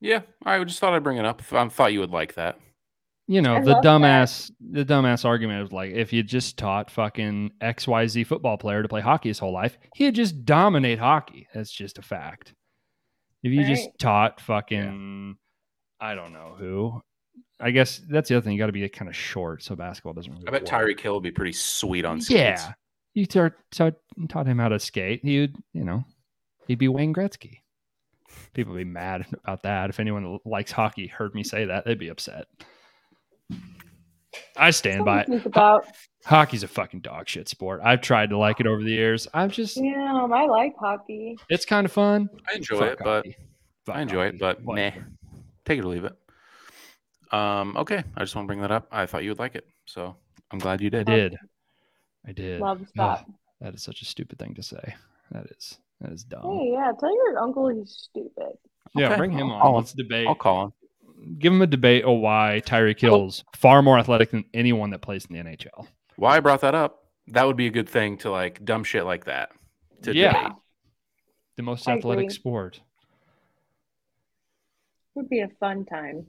Yeah, I just thought I'd bring it up. I thought you would like that.
you know
I
the
love that.
dumbass the dumbass argument of like if you just taught fucking xyz football player to play hockey his whole life he'd just dominate hockey that's just a fact if you just
Right.
taught fucking i don't know who i guess that's the other thing you got to be kind of short so basketball doesn't really
I bet
work.
Tyreek Hill would be pretty sweet on skates.
yeah you taught taught taught him how to skate he'd you know he'd be wayne gretzky people would be mad about that if anyone that likes hockey heard me say that they'd be upset i stand by it
think about
hockey's a fucking dog shit sport. I've tried to like it over the years. I'm just,
yeah, I like hockey.
it's kind of fun.
I enjoy
Fuck
it, but
hockey. Fuck
I enjoy it,
hockey.
but meh.
Whatever.
Take it or leave it. Um, okay. I just want to bring that up. I thought you would like it. So I'm glad you
I
did.
did. I did.
Love
Ugh,
that.
that is such a stupid thing to say. That is, that is dumb.
Hey, yeah, tell your uncle he's stupid.
Yeah,
Okay,
bring him
I'll-
on.
I'll-
Let's debate.
I'll call him.
Give him a debate of why Tyreek Hill's far more athletic than anyone that plays in the NHL.
Why I brought that up, that would be a good thing to like dumb shit like that. To
Yeah.
debate.
The most
I
athletic
agree.
sport.
Would be a fun time.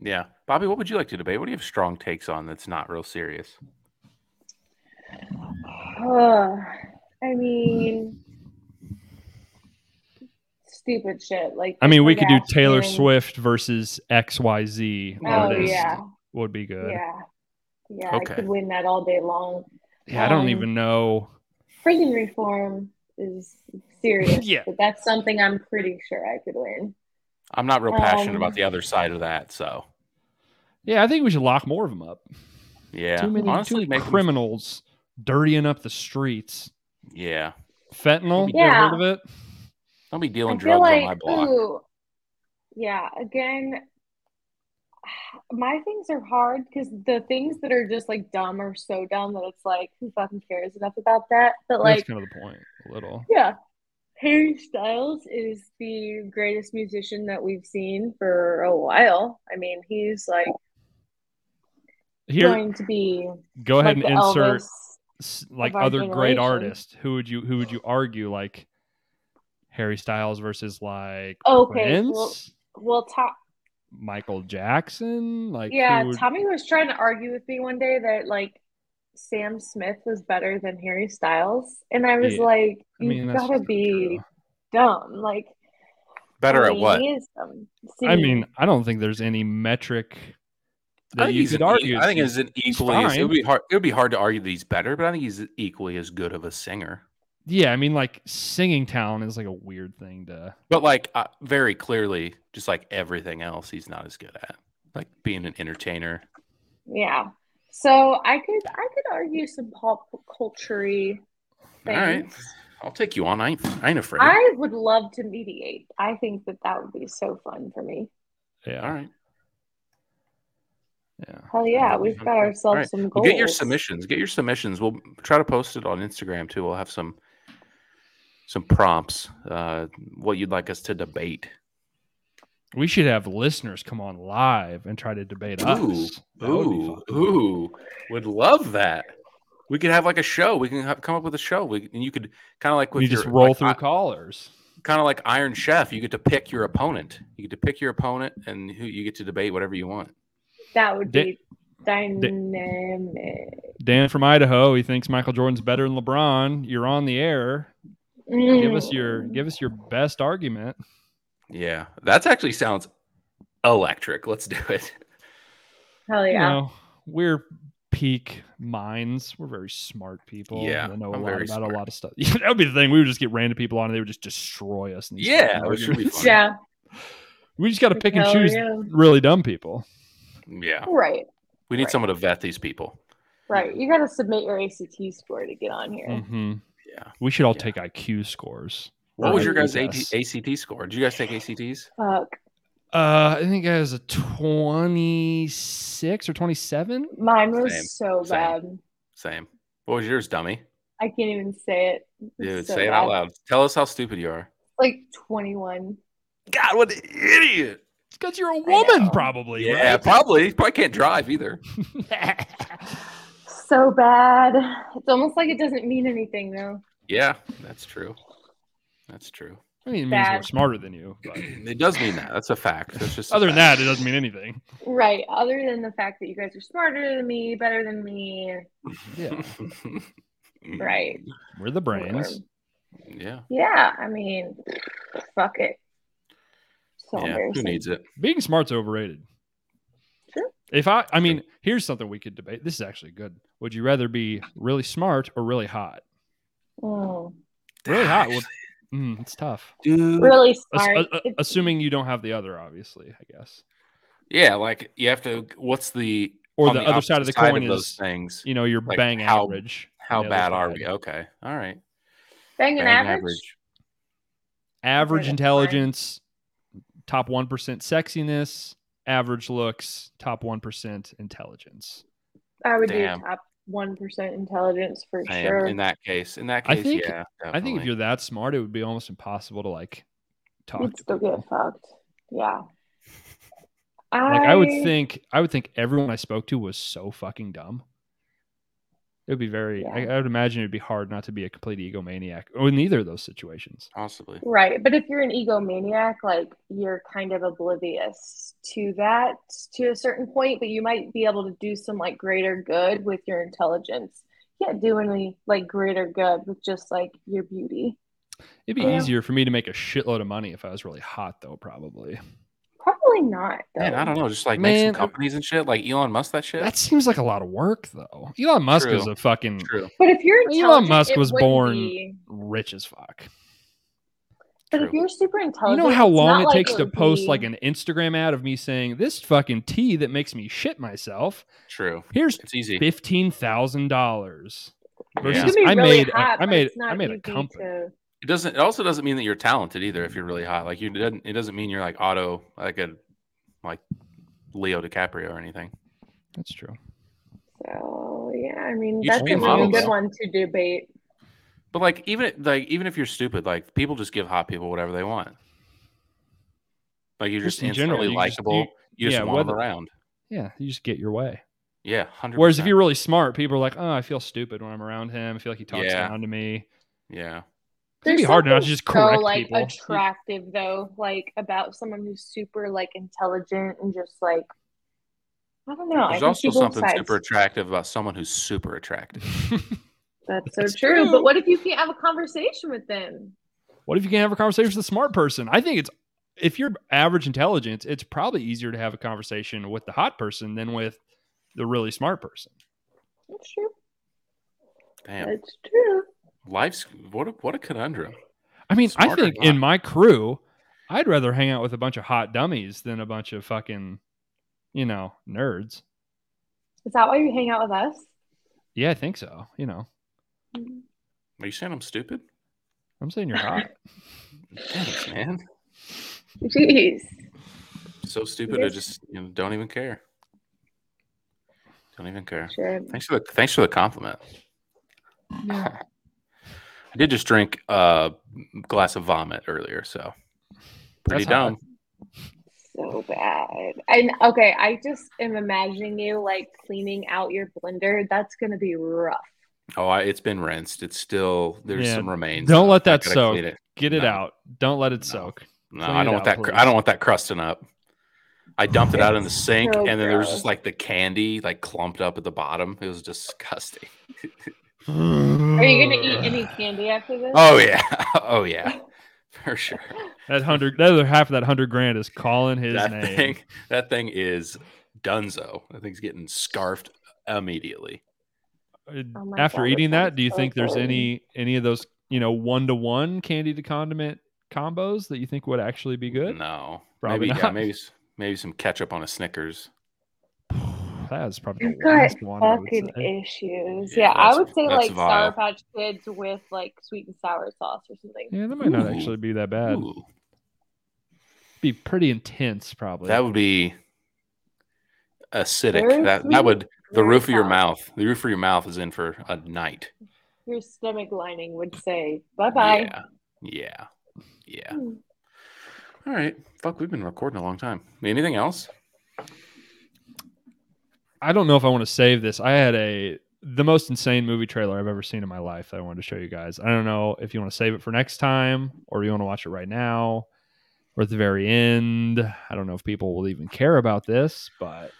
Yeah. Bobby, what would you like to debate? What do you have strong takes on that's not real serious?
Ugh. I mean, stupid shit. Like
I mean, we could do Taylor
Kardashian.
Swift versus XYZ
Oh
artist
yeah,
would be good. Yeah,
yeah, yeah.
Okay.
I could win that all day long.
I don't
Um,
even know.
Prison reform is serious,
Yeah.
but that's something I'm pretty sure I could win.
I'm not real passionate
Um,
about the other side of that. So
Yeah, I think we should lock more of them up.
yeah.
too many,
Honestly,
too
make
many
'em-
criminals dirtying up the streets.
Yeah.
Fentanyl,
Yeah.
get rid of it.
I'll be
I
dealing
feel
drugs on
like,
my block.
ooh, yeah. Again, my things are hard because the things that are just like dumb are so dumb that it's like, who fucking cares enough about that? But
That's
like,
kind of the point. A little.
yeah, Harry Styles is the greatest musician that we've seen for a while. I mean, he's like
Here,
going to be
go ahead
like
and
the
insert
Elvis.
s- like
of our
other great
generation.
artists. Who would you who would you argue like Harry Styles versus like
Okay,
Prince,
well, well, top.
Michael Jackson? Like
yeah,
who would-
Tommy was trying to argue with me one day that like Sam Smith was better than Harry Styles, and I was
Yeah.
like,
I mean,
"You
that's
gotta
just
be
true.
dumb." Like,
Better
I
at
mean,
what?
He is dumb.
I
See,
mean, I don't think there's any metric
I
that
think
you
he's
could
an e-
argue.
I think it's an
he's
equally. As, it
fine.
would be hard. It would be hard to argue that he's better, but I think he's equally as good of a singer.
yeah, I mean, like singing talent is like a weird thing to.
But like uh, very clearly, just like everything else, he's not as good at. Like being an entertainer.
yeah. So I could I could argue some pop culture things.
All right, I'll take you on. I ain't, I ain't afraid.
I would love to mediate. I think that that would be so fun for me.
Yeah,
All right,
yeah.
Hell yeah,
that'd be
we've
fun.
got ourselves
Alright,
some
well,
goals.
get your submissions. Get your submissions. We'll try to post it on Instagram too. We'll have some some prompts. Uh, what you'd like us to debate?
We should have listeners come on live and try to debate
Ooh,
us. That would be
Ooh,
fun.
ooh, would love that. We could have like a show. We can have, come up with a show. We, and you could kind of like with
You just
your-
roll
like,
through callers.
kind of like Iron Chef. You get to pick your opponent. You get to pick your opponent, and who you get to debate whatever you want.
That would
Da-
be dynamic.
Dan from Idaho, he thinks Michael Jordan's better than LeBron. You're on the air. Give us your
Mm.
give us your best argument.
Yeah, that actually sounds electric. Let's do it.
Hell yeah.
You know, we're peak minds. We're very smart people.
Yeah,
I know a
I'm
lot
very
about
smart.
a lot of stuff. that would be the thing. We would just get random people on, and they would just destroy us. In these
Yeah,
fucking
it should be
arguments.
fun.
yeah.
we just got to pick and
Hell
choose
yeah.
really dumb people.
Yeah.
Right.
We need
Right.
someone to vet these people.
Right. You got to submit your ACT score to get on here.
Mhm.
Yeah.
We should all
Yeah.
take IQ scores.
What was your
Right.
guys' AT,
Yes.
ACT score? Did you guys take ACTs?
Hmm.
Fuck.
Uh, I think I was a twenty-six or twenty-seven.
Mine was
Same.
so
Same.
bad.
Same. What was yours, dummy?
I can't even say it. It's
Dude,
so
say it out
bad.
loud. Tell us how stupid you are.
Like 21.
God, what an idiot.
It's because you're a
know.
woman, probably.
Yeah,
right?
probably. Probably can't drive either.
So bad. It's almost like it doesn't mean anything though.
Yeah, that's true. That's true.
I mean, it means we're
Bad.
smarter than you. But
It does mean that. That's a fact. That's just a
other than
fact.
that, it doesn't mean anything.
Right. Other than the fact that you guys are smarter than me, better than me.
Yeah,
Right.
we're the brains.
Whatever.
Yeah.
Yeah. I mean, fuck it. So
yeah. Who
embarrassing.
needs it?
Being smart's overrated.
Sure.
If I, I mean, here's something we could debate. This is actually good. Would you rather be really smart or really hot?
Mm.
Really hot. Well, mm, it's tough.
Dude.
Really
Ass-
smart.
a- a-
It's-
assuming you don't have the other, obviously, I guess.
Yeah, like you have to. What's the
Or
on
the, other
opposite
side of the coin is,
those things?
you know, your
like,
bang
how-
average.
How
Yeah,
bad
that's
are
bad.
we? Okay, all right.
bang an
Bang
average.
Average
that's fine.
intelligence, top 1% sexiness, average looks, top 1% intelligence.
I would
Damn.
do top one percent intelligence for
I am-
sure.
in that case. In that
I
case,
think-
yeah.
I think if
definitely.
you're that smart, it would be almost impossible to like talk
You'd
to
still
people.
get fucked. Yeah.
Like I would think, I would think everyone I spoke to was so fucking dumb. It would be very. I, I would imagine it'd be hard not to be a complete egomaniac, or in either of those situations.
possibly.
Right. But if you're an egomaniac, like you're kind of oblivious to that to a certain point, but you might be able to do some like greater good with your intelligence. You can't do any like greater good with just like your beauty.
It'd be
Yeah.
easier for me to make a shitload of money if I was really hot, though. Probably.
Probably not, though.
Man, I don't know. Just like
Man,
make some companies and shit, like Elon Musk. That shit.
That seems like a lot of work, though. Elon Musk
True.
is a fucking
true.
But if you're
Elon
intelligent,
Musk
it
was
wouldn't
born-
be.
rich as fuck.
But if
True.
you're super
You
intelligent,
know how
it's
long
not
it
like
takes to
would
post
be-
like an Instagram ad of me saying this fucking tea that makes me shit myself.
True.
Here's
It's easy.
fifteen thousand dollars.
You
Versus
could be
I
really
made a-
hot,
I
but
made
it's not
I made a
easy
company.
to-
It doesn't. It also doesn't mean that you're talented either. If you're really hot, like you doesn't. It doesn't mean you're like auto like a like Leo DiCaprio or anything.
That's true.
So yeah, I mean
You
that's
should
be
a
a
really
model,
good
though.
one to debate.
But like even like even if you're stupid, like people just give hot people whatever they want. Like you're just,
Just in general,
instantly
you just- you-
likable. You just,
yeah,
want 'em
whether-
around.
Yeah, you just get your way.
Yeah, hundred.
Whereas if you're really smart, people are like, "Oh, I feel stupid when I'm around him. I feel like he talks
Yeah.
down to me."
yeah,
It'd be
There's
hard not to
something
just correct
so, like
people.
attractive though, like about someone who's super like intelligent and just like I don't know. I
there's
can
also
see both
something
sides.
super attractive about someone who's super attractive.
That's so
That's
true.
true.
But what if you can't have a conversation with them?
what if you can have a conversation with a smart person? I think it's if you're average intelligence, it's probably easier to have a conversation with the hot person than with the really smart person.
That's true.
Damn,
That's true.
life's what a what a conundrum.
I mean, I
Smarter
think
than
in
hot.
my crew, I'd rather hang out with a bunch of hot dummies than a bunch of fucking, you know, nerds.
Is that why you hang out with us?
Yeah, I think so. You know,
Are you saying I'm stupid?
I'm saying you're hot.
Thanks, man.
Jeez.
So stupid. I just you know, don't even care. Don't even care.
Sure.
Thanks for the thanks for the compliment. I did just drink a glass of vomit earlier, so pretty
That's hot.
dumb.
So bad. And okay, I just am imagining you like cleaning out your blender. That's gonna be rough.
Oh, I, it's been rinsed. It's still there's
Yeah,
some remains.
don't
though.
let
I
that
gotta
soak.
clean it.
Get it
No.
out. Don't let it
No.
soak.
No,
Clean
I
it
don't want
out,
that. Cr-
please.
I don't want that crusting up. I dumped it out in the
It's
sink,
Oh,
so
and then there was
gross.
just like the candy like clumped up at the bottom. It was disgusting.
Are
Are you gonna eat any candy after this?
Oh yeah, oh yeah. for sure.
That hundred, that other half of that hundred grand is calling his
that
name. Uh,
thing, that thing is dunzo. That thing's getting scarfed immediately.
Uh,
Oh my
After
God,
eating
that
that, do you
sounds
think
so
there's
good.
any any of those you know one to one candy to condiment combos that you think would actually be good?
No,
Probably
maybe, Yeah,
not.
maybe s- maybe some ketchup on a Snickers.
That's probably
You've
the
got
last one. I would
fucking
say.
issues.
Yeah,
Yeah, I
that's-
would say
that's
like
vile.
Sour Patch Kids with like sweet and sour sauce or something.
Yeah, that might not
Ooh.
actually be that bad.
Ooh,
Be pretty intense, probably.
that would be acidic.
Very
That
sweet,
that would
Mm-hmm.
the
very
roof of your
sour.
mouth. The roof of your mouth is in for a night.
Your stomach lining would say bye bye.
Yeah. Yeah. Yeah.
Hmm.
All right. Fuck, we've been recording a long time. Anything else?
I don't know if I want to save this. I had a the most insane movie trailer I've ever seen in my life that I wanted to show you guys. I don't know if you want to save it for next time or you want to watch it right now or at the very end. I don't know if people will even care about this, but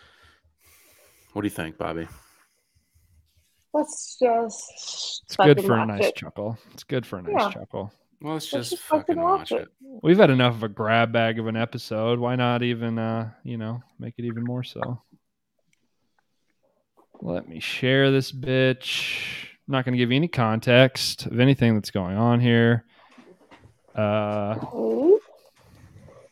What do you think, Bobby?
Let's just
it's good
fucking
for a
watch
nice
it.
chuckle. It's good for a nice
Yeah.
chuckle.
Well, let's
Let's
just,
just
fucking
fucking
watch
watch
it.
We've had enough of a grab bag of an episode. Why not even uh, you know, make it even more so? Let me share this bitch. I'm not gonna give you any context of anything that's going on here. Uh
Oh.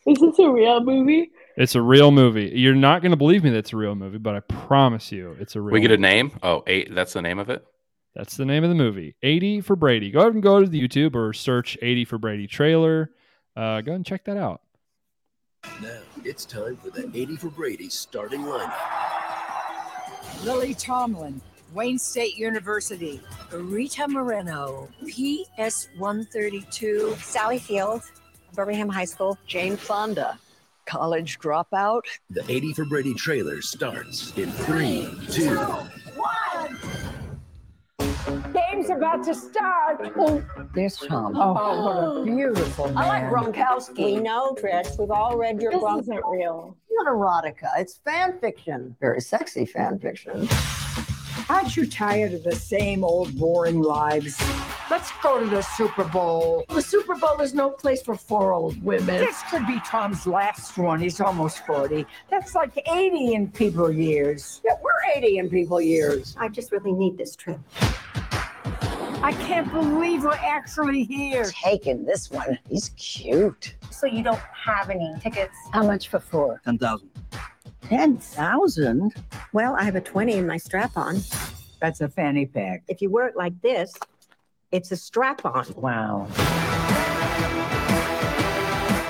Is this a real movie?
it's a real movie. You're not gonna believe me that it's a real movie, but I promise you it's a real
We get a
movie.
name. Oh, eight. That's the name of it.
That's the name of the movie. 80 for Brady. Go ahead and go to the YouTube or search 80 for Brady trailer. Uh, go ahead and check that out.
Now it's time for the 80 for Brady starting lineup.
Lily Tomlin, Wayne State University.
Rita Moreno, PS 132,
Sally Field, Birmingham High School.
Jane Fonda, college dropout.
The 80 for Brady trailer starts in three, two.
Game's about to start.
This Tom.
Oh, what a beautiful man.
I like Gronkowski. We know, Trish. We've all read your
This
Gronkowski.
isn't real.
It's not erotica. It's fan fiction. Very sexy fan fiction.
Aren't you tired of the same old boring lives? Let's go to the Super Bowl. The Super Bowl is no place for four old women. This could be Tom's last one. He's almost 40. That's like 80 in people years.
Yeah, we're 80 in people years. I just really need this trip.
I can't believe we're actually here.
Taking this one. He's cute.
So you don't have any tickets?
How much for four?
10,000.
10,000?
Well, I have a 20 in my strap on.
That's a fanny pack.
If you wear it like this, it's a strap on.
Wow.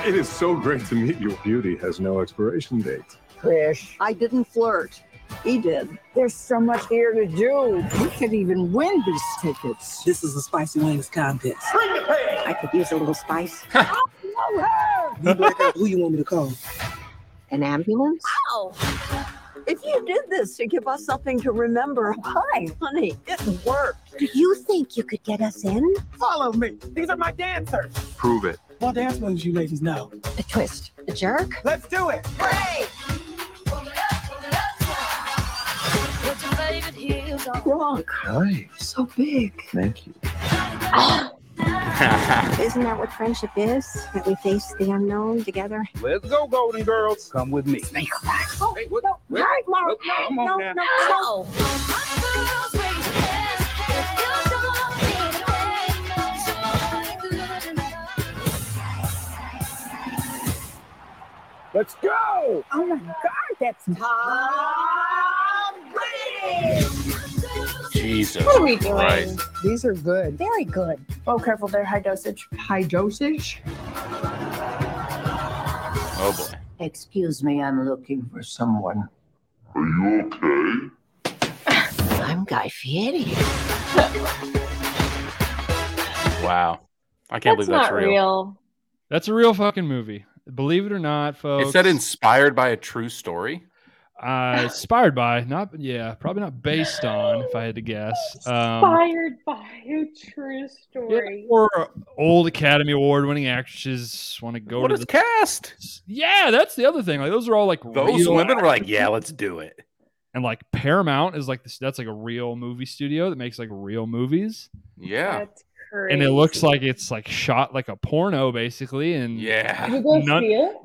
It is so great to meet you. Beauty has no expiration date.
Trish,
I didn't flirt. He did.
there's so much here to do. We could even win these tickets.
This is the Spicy Wings contest. I could use a little spice.
Who you want me to call?
An ambulance?
If you did this to give us something to remember, hi, honey, it worked.
Do you think you could get us in?
Follow me. These are my dancers.
Prove it.
What dance moves you ladies know?
A twist, a jerk?
Let's do it.
Gronk,
Hi.
so big.
Thank you.
Isn't that what friendship is? That we face the unknown together?
Let's go, Golden Girls. Come with me. Hey, what? what-
Right, Laura.
what- come on now. Let's go.
Oh my God, that's
Jesus.
What are we doing?
Christ.
These are good.
Very good.
Oh, careful, they're high dosage. High dosage?
Oh boy.
Excuse me, I'm looking for someone. Are you okay? I'm Guy Fieri.
Wow. I can't
that's
believe that's
not
real.
real.
That's a real fucking movie. Believe it or not, folks.
It said inspired by a true story.
uh, inspired by not yeah probably not based on if i had to guess um,
Inspired by a true
yeah,
story.
or old academy award winning actresses want to go
What
to
is
the
cast?
yeah that's the other thing like those are all like
Those
real-
women were like, yeah, let's do it.
and like paramount is like this that's like a real movie studio that makes like real movies
Yeah.
That's
and it looks like it's like shot like a porno basically. And
yeah,
Did you go see it?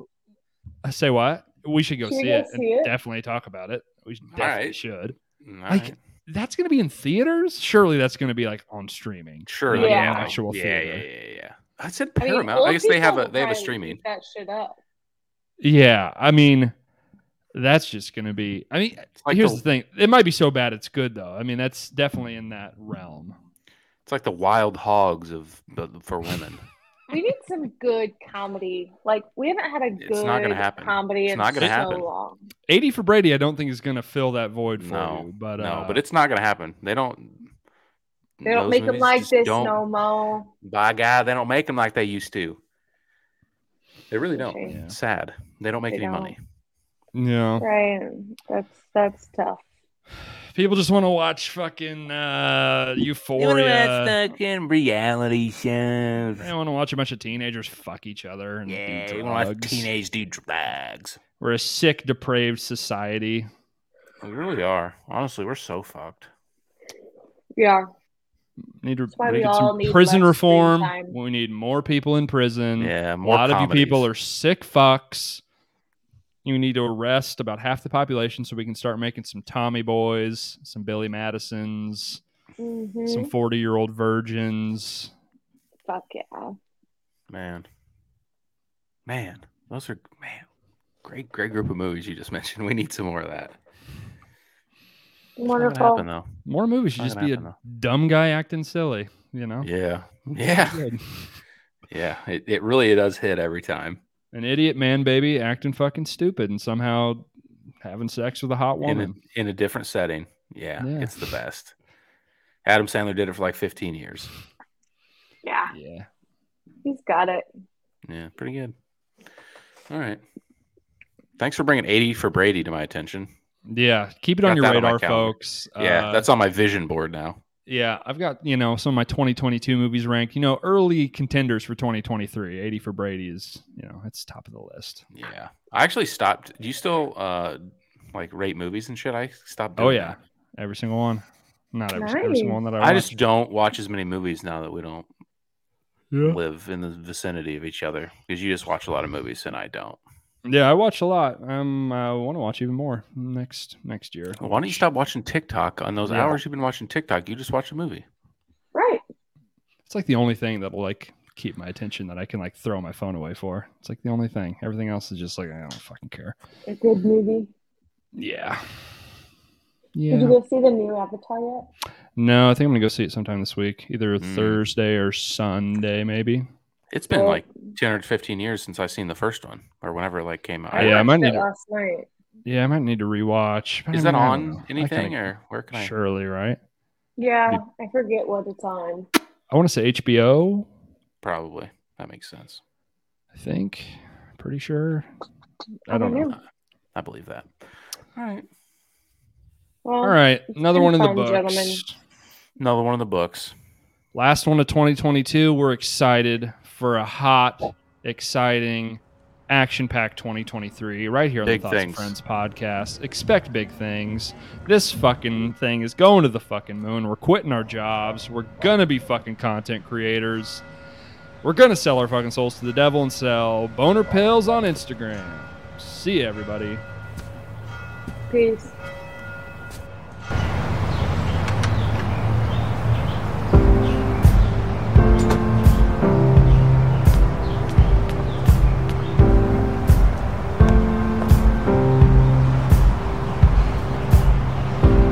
I say what? We should go
Should we
see
go
it and
see it?
definitely talk about it. We should-
All
definitely
right.
should. like
right.
that's going to be in theaters. Surely that's going to be like on streaming.
Sure.
like,
Yeah.
an actual
yeah, yeah,
theater.
yeah, yeah, yeah. I said
I mean,
Paramount. I
old
guess they have
people
a they have a
probably
streaming.
eat That shit up.
Yeah, I mean, that's just going to be. I mean,
like
here's
the-
the, thing: it might be so bad it's good though. I mean, that's definitely in that realm.
It's like the Wild Hogs of but for women.
We need some good comedy. Like we haven't had a good
It's not gonna happen.
comedy
It's
in
not gonna
so
happen.
long.
Eighty for Brady, I don't think is going to fill that void for
no,
you. But
no,
uh,
but it's not gonna happen. They don't.
They don't
those
make them
movies
like
just
this
don't-
no more.
By God, they don't make them like they used to. They really don't.
Okay. Yeah.
Sad. They don't make
They
any
don't.
money.
yeah,
Right. That's that's tough.
people just want to watch fucking uh, Euphoria.
fucking reality shows.
They want to watch a bunch of teenagers fuck each other and
Yeah,
do
you want to
drugs.
teenage do drugs.
We're a sick, depraved society.
We really are. Honestly, we're so fucked.
Yeah.
Need to
why we
we need some
all need
prison
less screen
reform.
time.
We need more people in prison.
Yeah,
Mm. a
more
lot of you people are
comedies.
sick fucks. You need to arrest about half the population so we can start making some Tommy boys, some Billy Madisons,
Mm-hmm.
some
Mhm.
forty-year-old virgins.
Fuck yeah.
Man. Man. Those are man. Great, great group of movies you just mentioned. We need some more of that. Not gonna
Wonderful.
happen though.
More movies should
Not
just
gonna
be a
happen,
dumb guy acting silly. You know,
Yeah. Yeah.
Good.
Yeah. It, it really does hit every time.
an idiot man baby acting fucking stupid and somehow having sex with a hot
In a,
woman.
in a different setting. Yeah,
Yeah.
It's the best. Adam Sandler did it for like 15 years.
Yeah.
Yeah.
He's got it.
Yeah. Pretty good. All right. Thanks for bringing 80 for Brady to my attention.
Yeah, keep it
Got
on your
that on my
radar,
calendar.
folks.
Yeah.
Uh,
that's on my vision board now.
Yeah, I've got, you know, some of my 2022 movies ranked. You know, early contenders for 2023. 80 for Brady is, you know, it's top of the list.
Yeah. I actually stopped. Do you still uh like rate movies and shit? I stopped.
Oh,
doing
yeah.
that.
Every single one. Not every, every single one that I,
I
watch.
just don't watch as many movies now that we don't
Yeah.
live in the vicinity of each other because you just watch a lot of movies and I don't.
Yeah, I watch a lot. Um, I want to watch even more next next year.
Why don't you stop watching TikTok on those
Yeah.
hours you've been watching TikTok? You just watch a movie.
Right.
It's like the only thing that'll like keep my attention that I can like throw my phone away for. It's like the only thing. Everything else is just like I don't fucking care.
A good movie.
Yeah.
Did
Yeah.
you go see the new Avatar yet?
No, I think I'm gonna go see it sometime this week, either
Mm.
Thursday or Sunday, maybe.
It's been
Well-
like 10 or 15 years since I've seen the first one or whenever it like came out.
Yeah, I
watched
might
it
need to-
last night.
Yeah, I might need to rewatch. but
Is
I
that
mean, I don't
on
know. I
anything
kinda-
or where can I?
surely right?
Yeah, I forget what it's on.
I want to say HBO.
Probably. That makes sense.
I think. Pretty sure. I
I
don't
don't
know.
know.
I believe that. All right.
Well,
All right, another
been
one in the
fun,
books.
gentlemen.
Another one of the books.
Last one of 2022. We're excited for a hot, exciting, action-packed 2023 right here on
Big
the Thoughts of
things.
Friends podcast. Expect big things. This fucking thing is going to the fucking moon. We're quitting our jobs. We're gonna be fucking content creators. We're gonna sell our fucking souls to the devil and sell boner pills on Instagram. See ya, everybody.
Peace.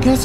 Guess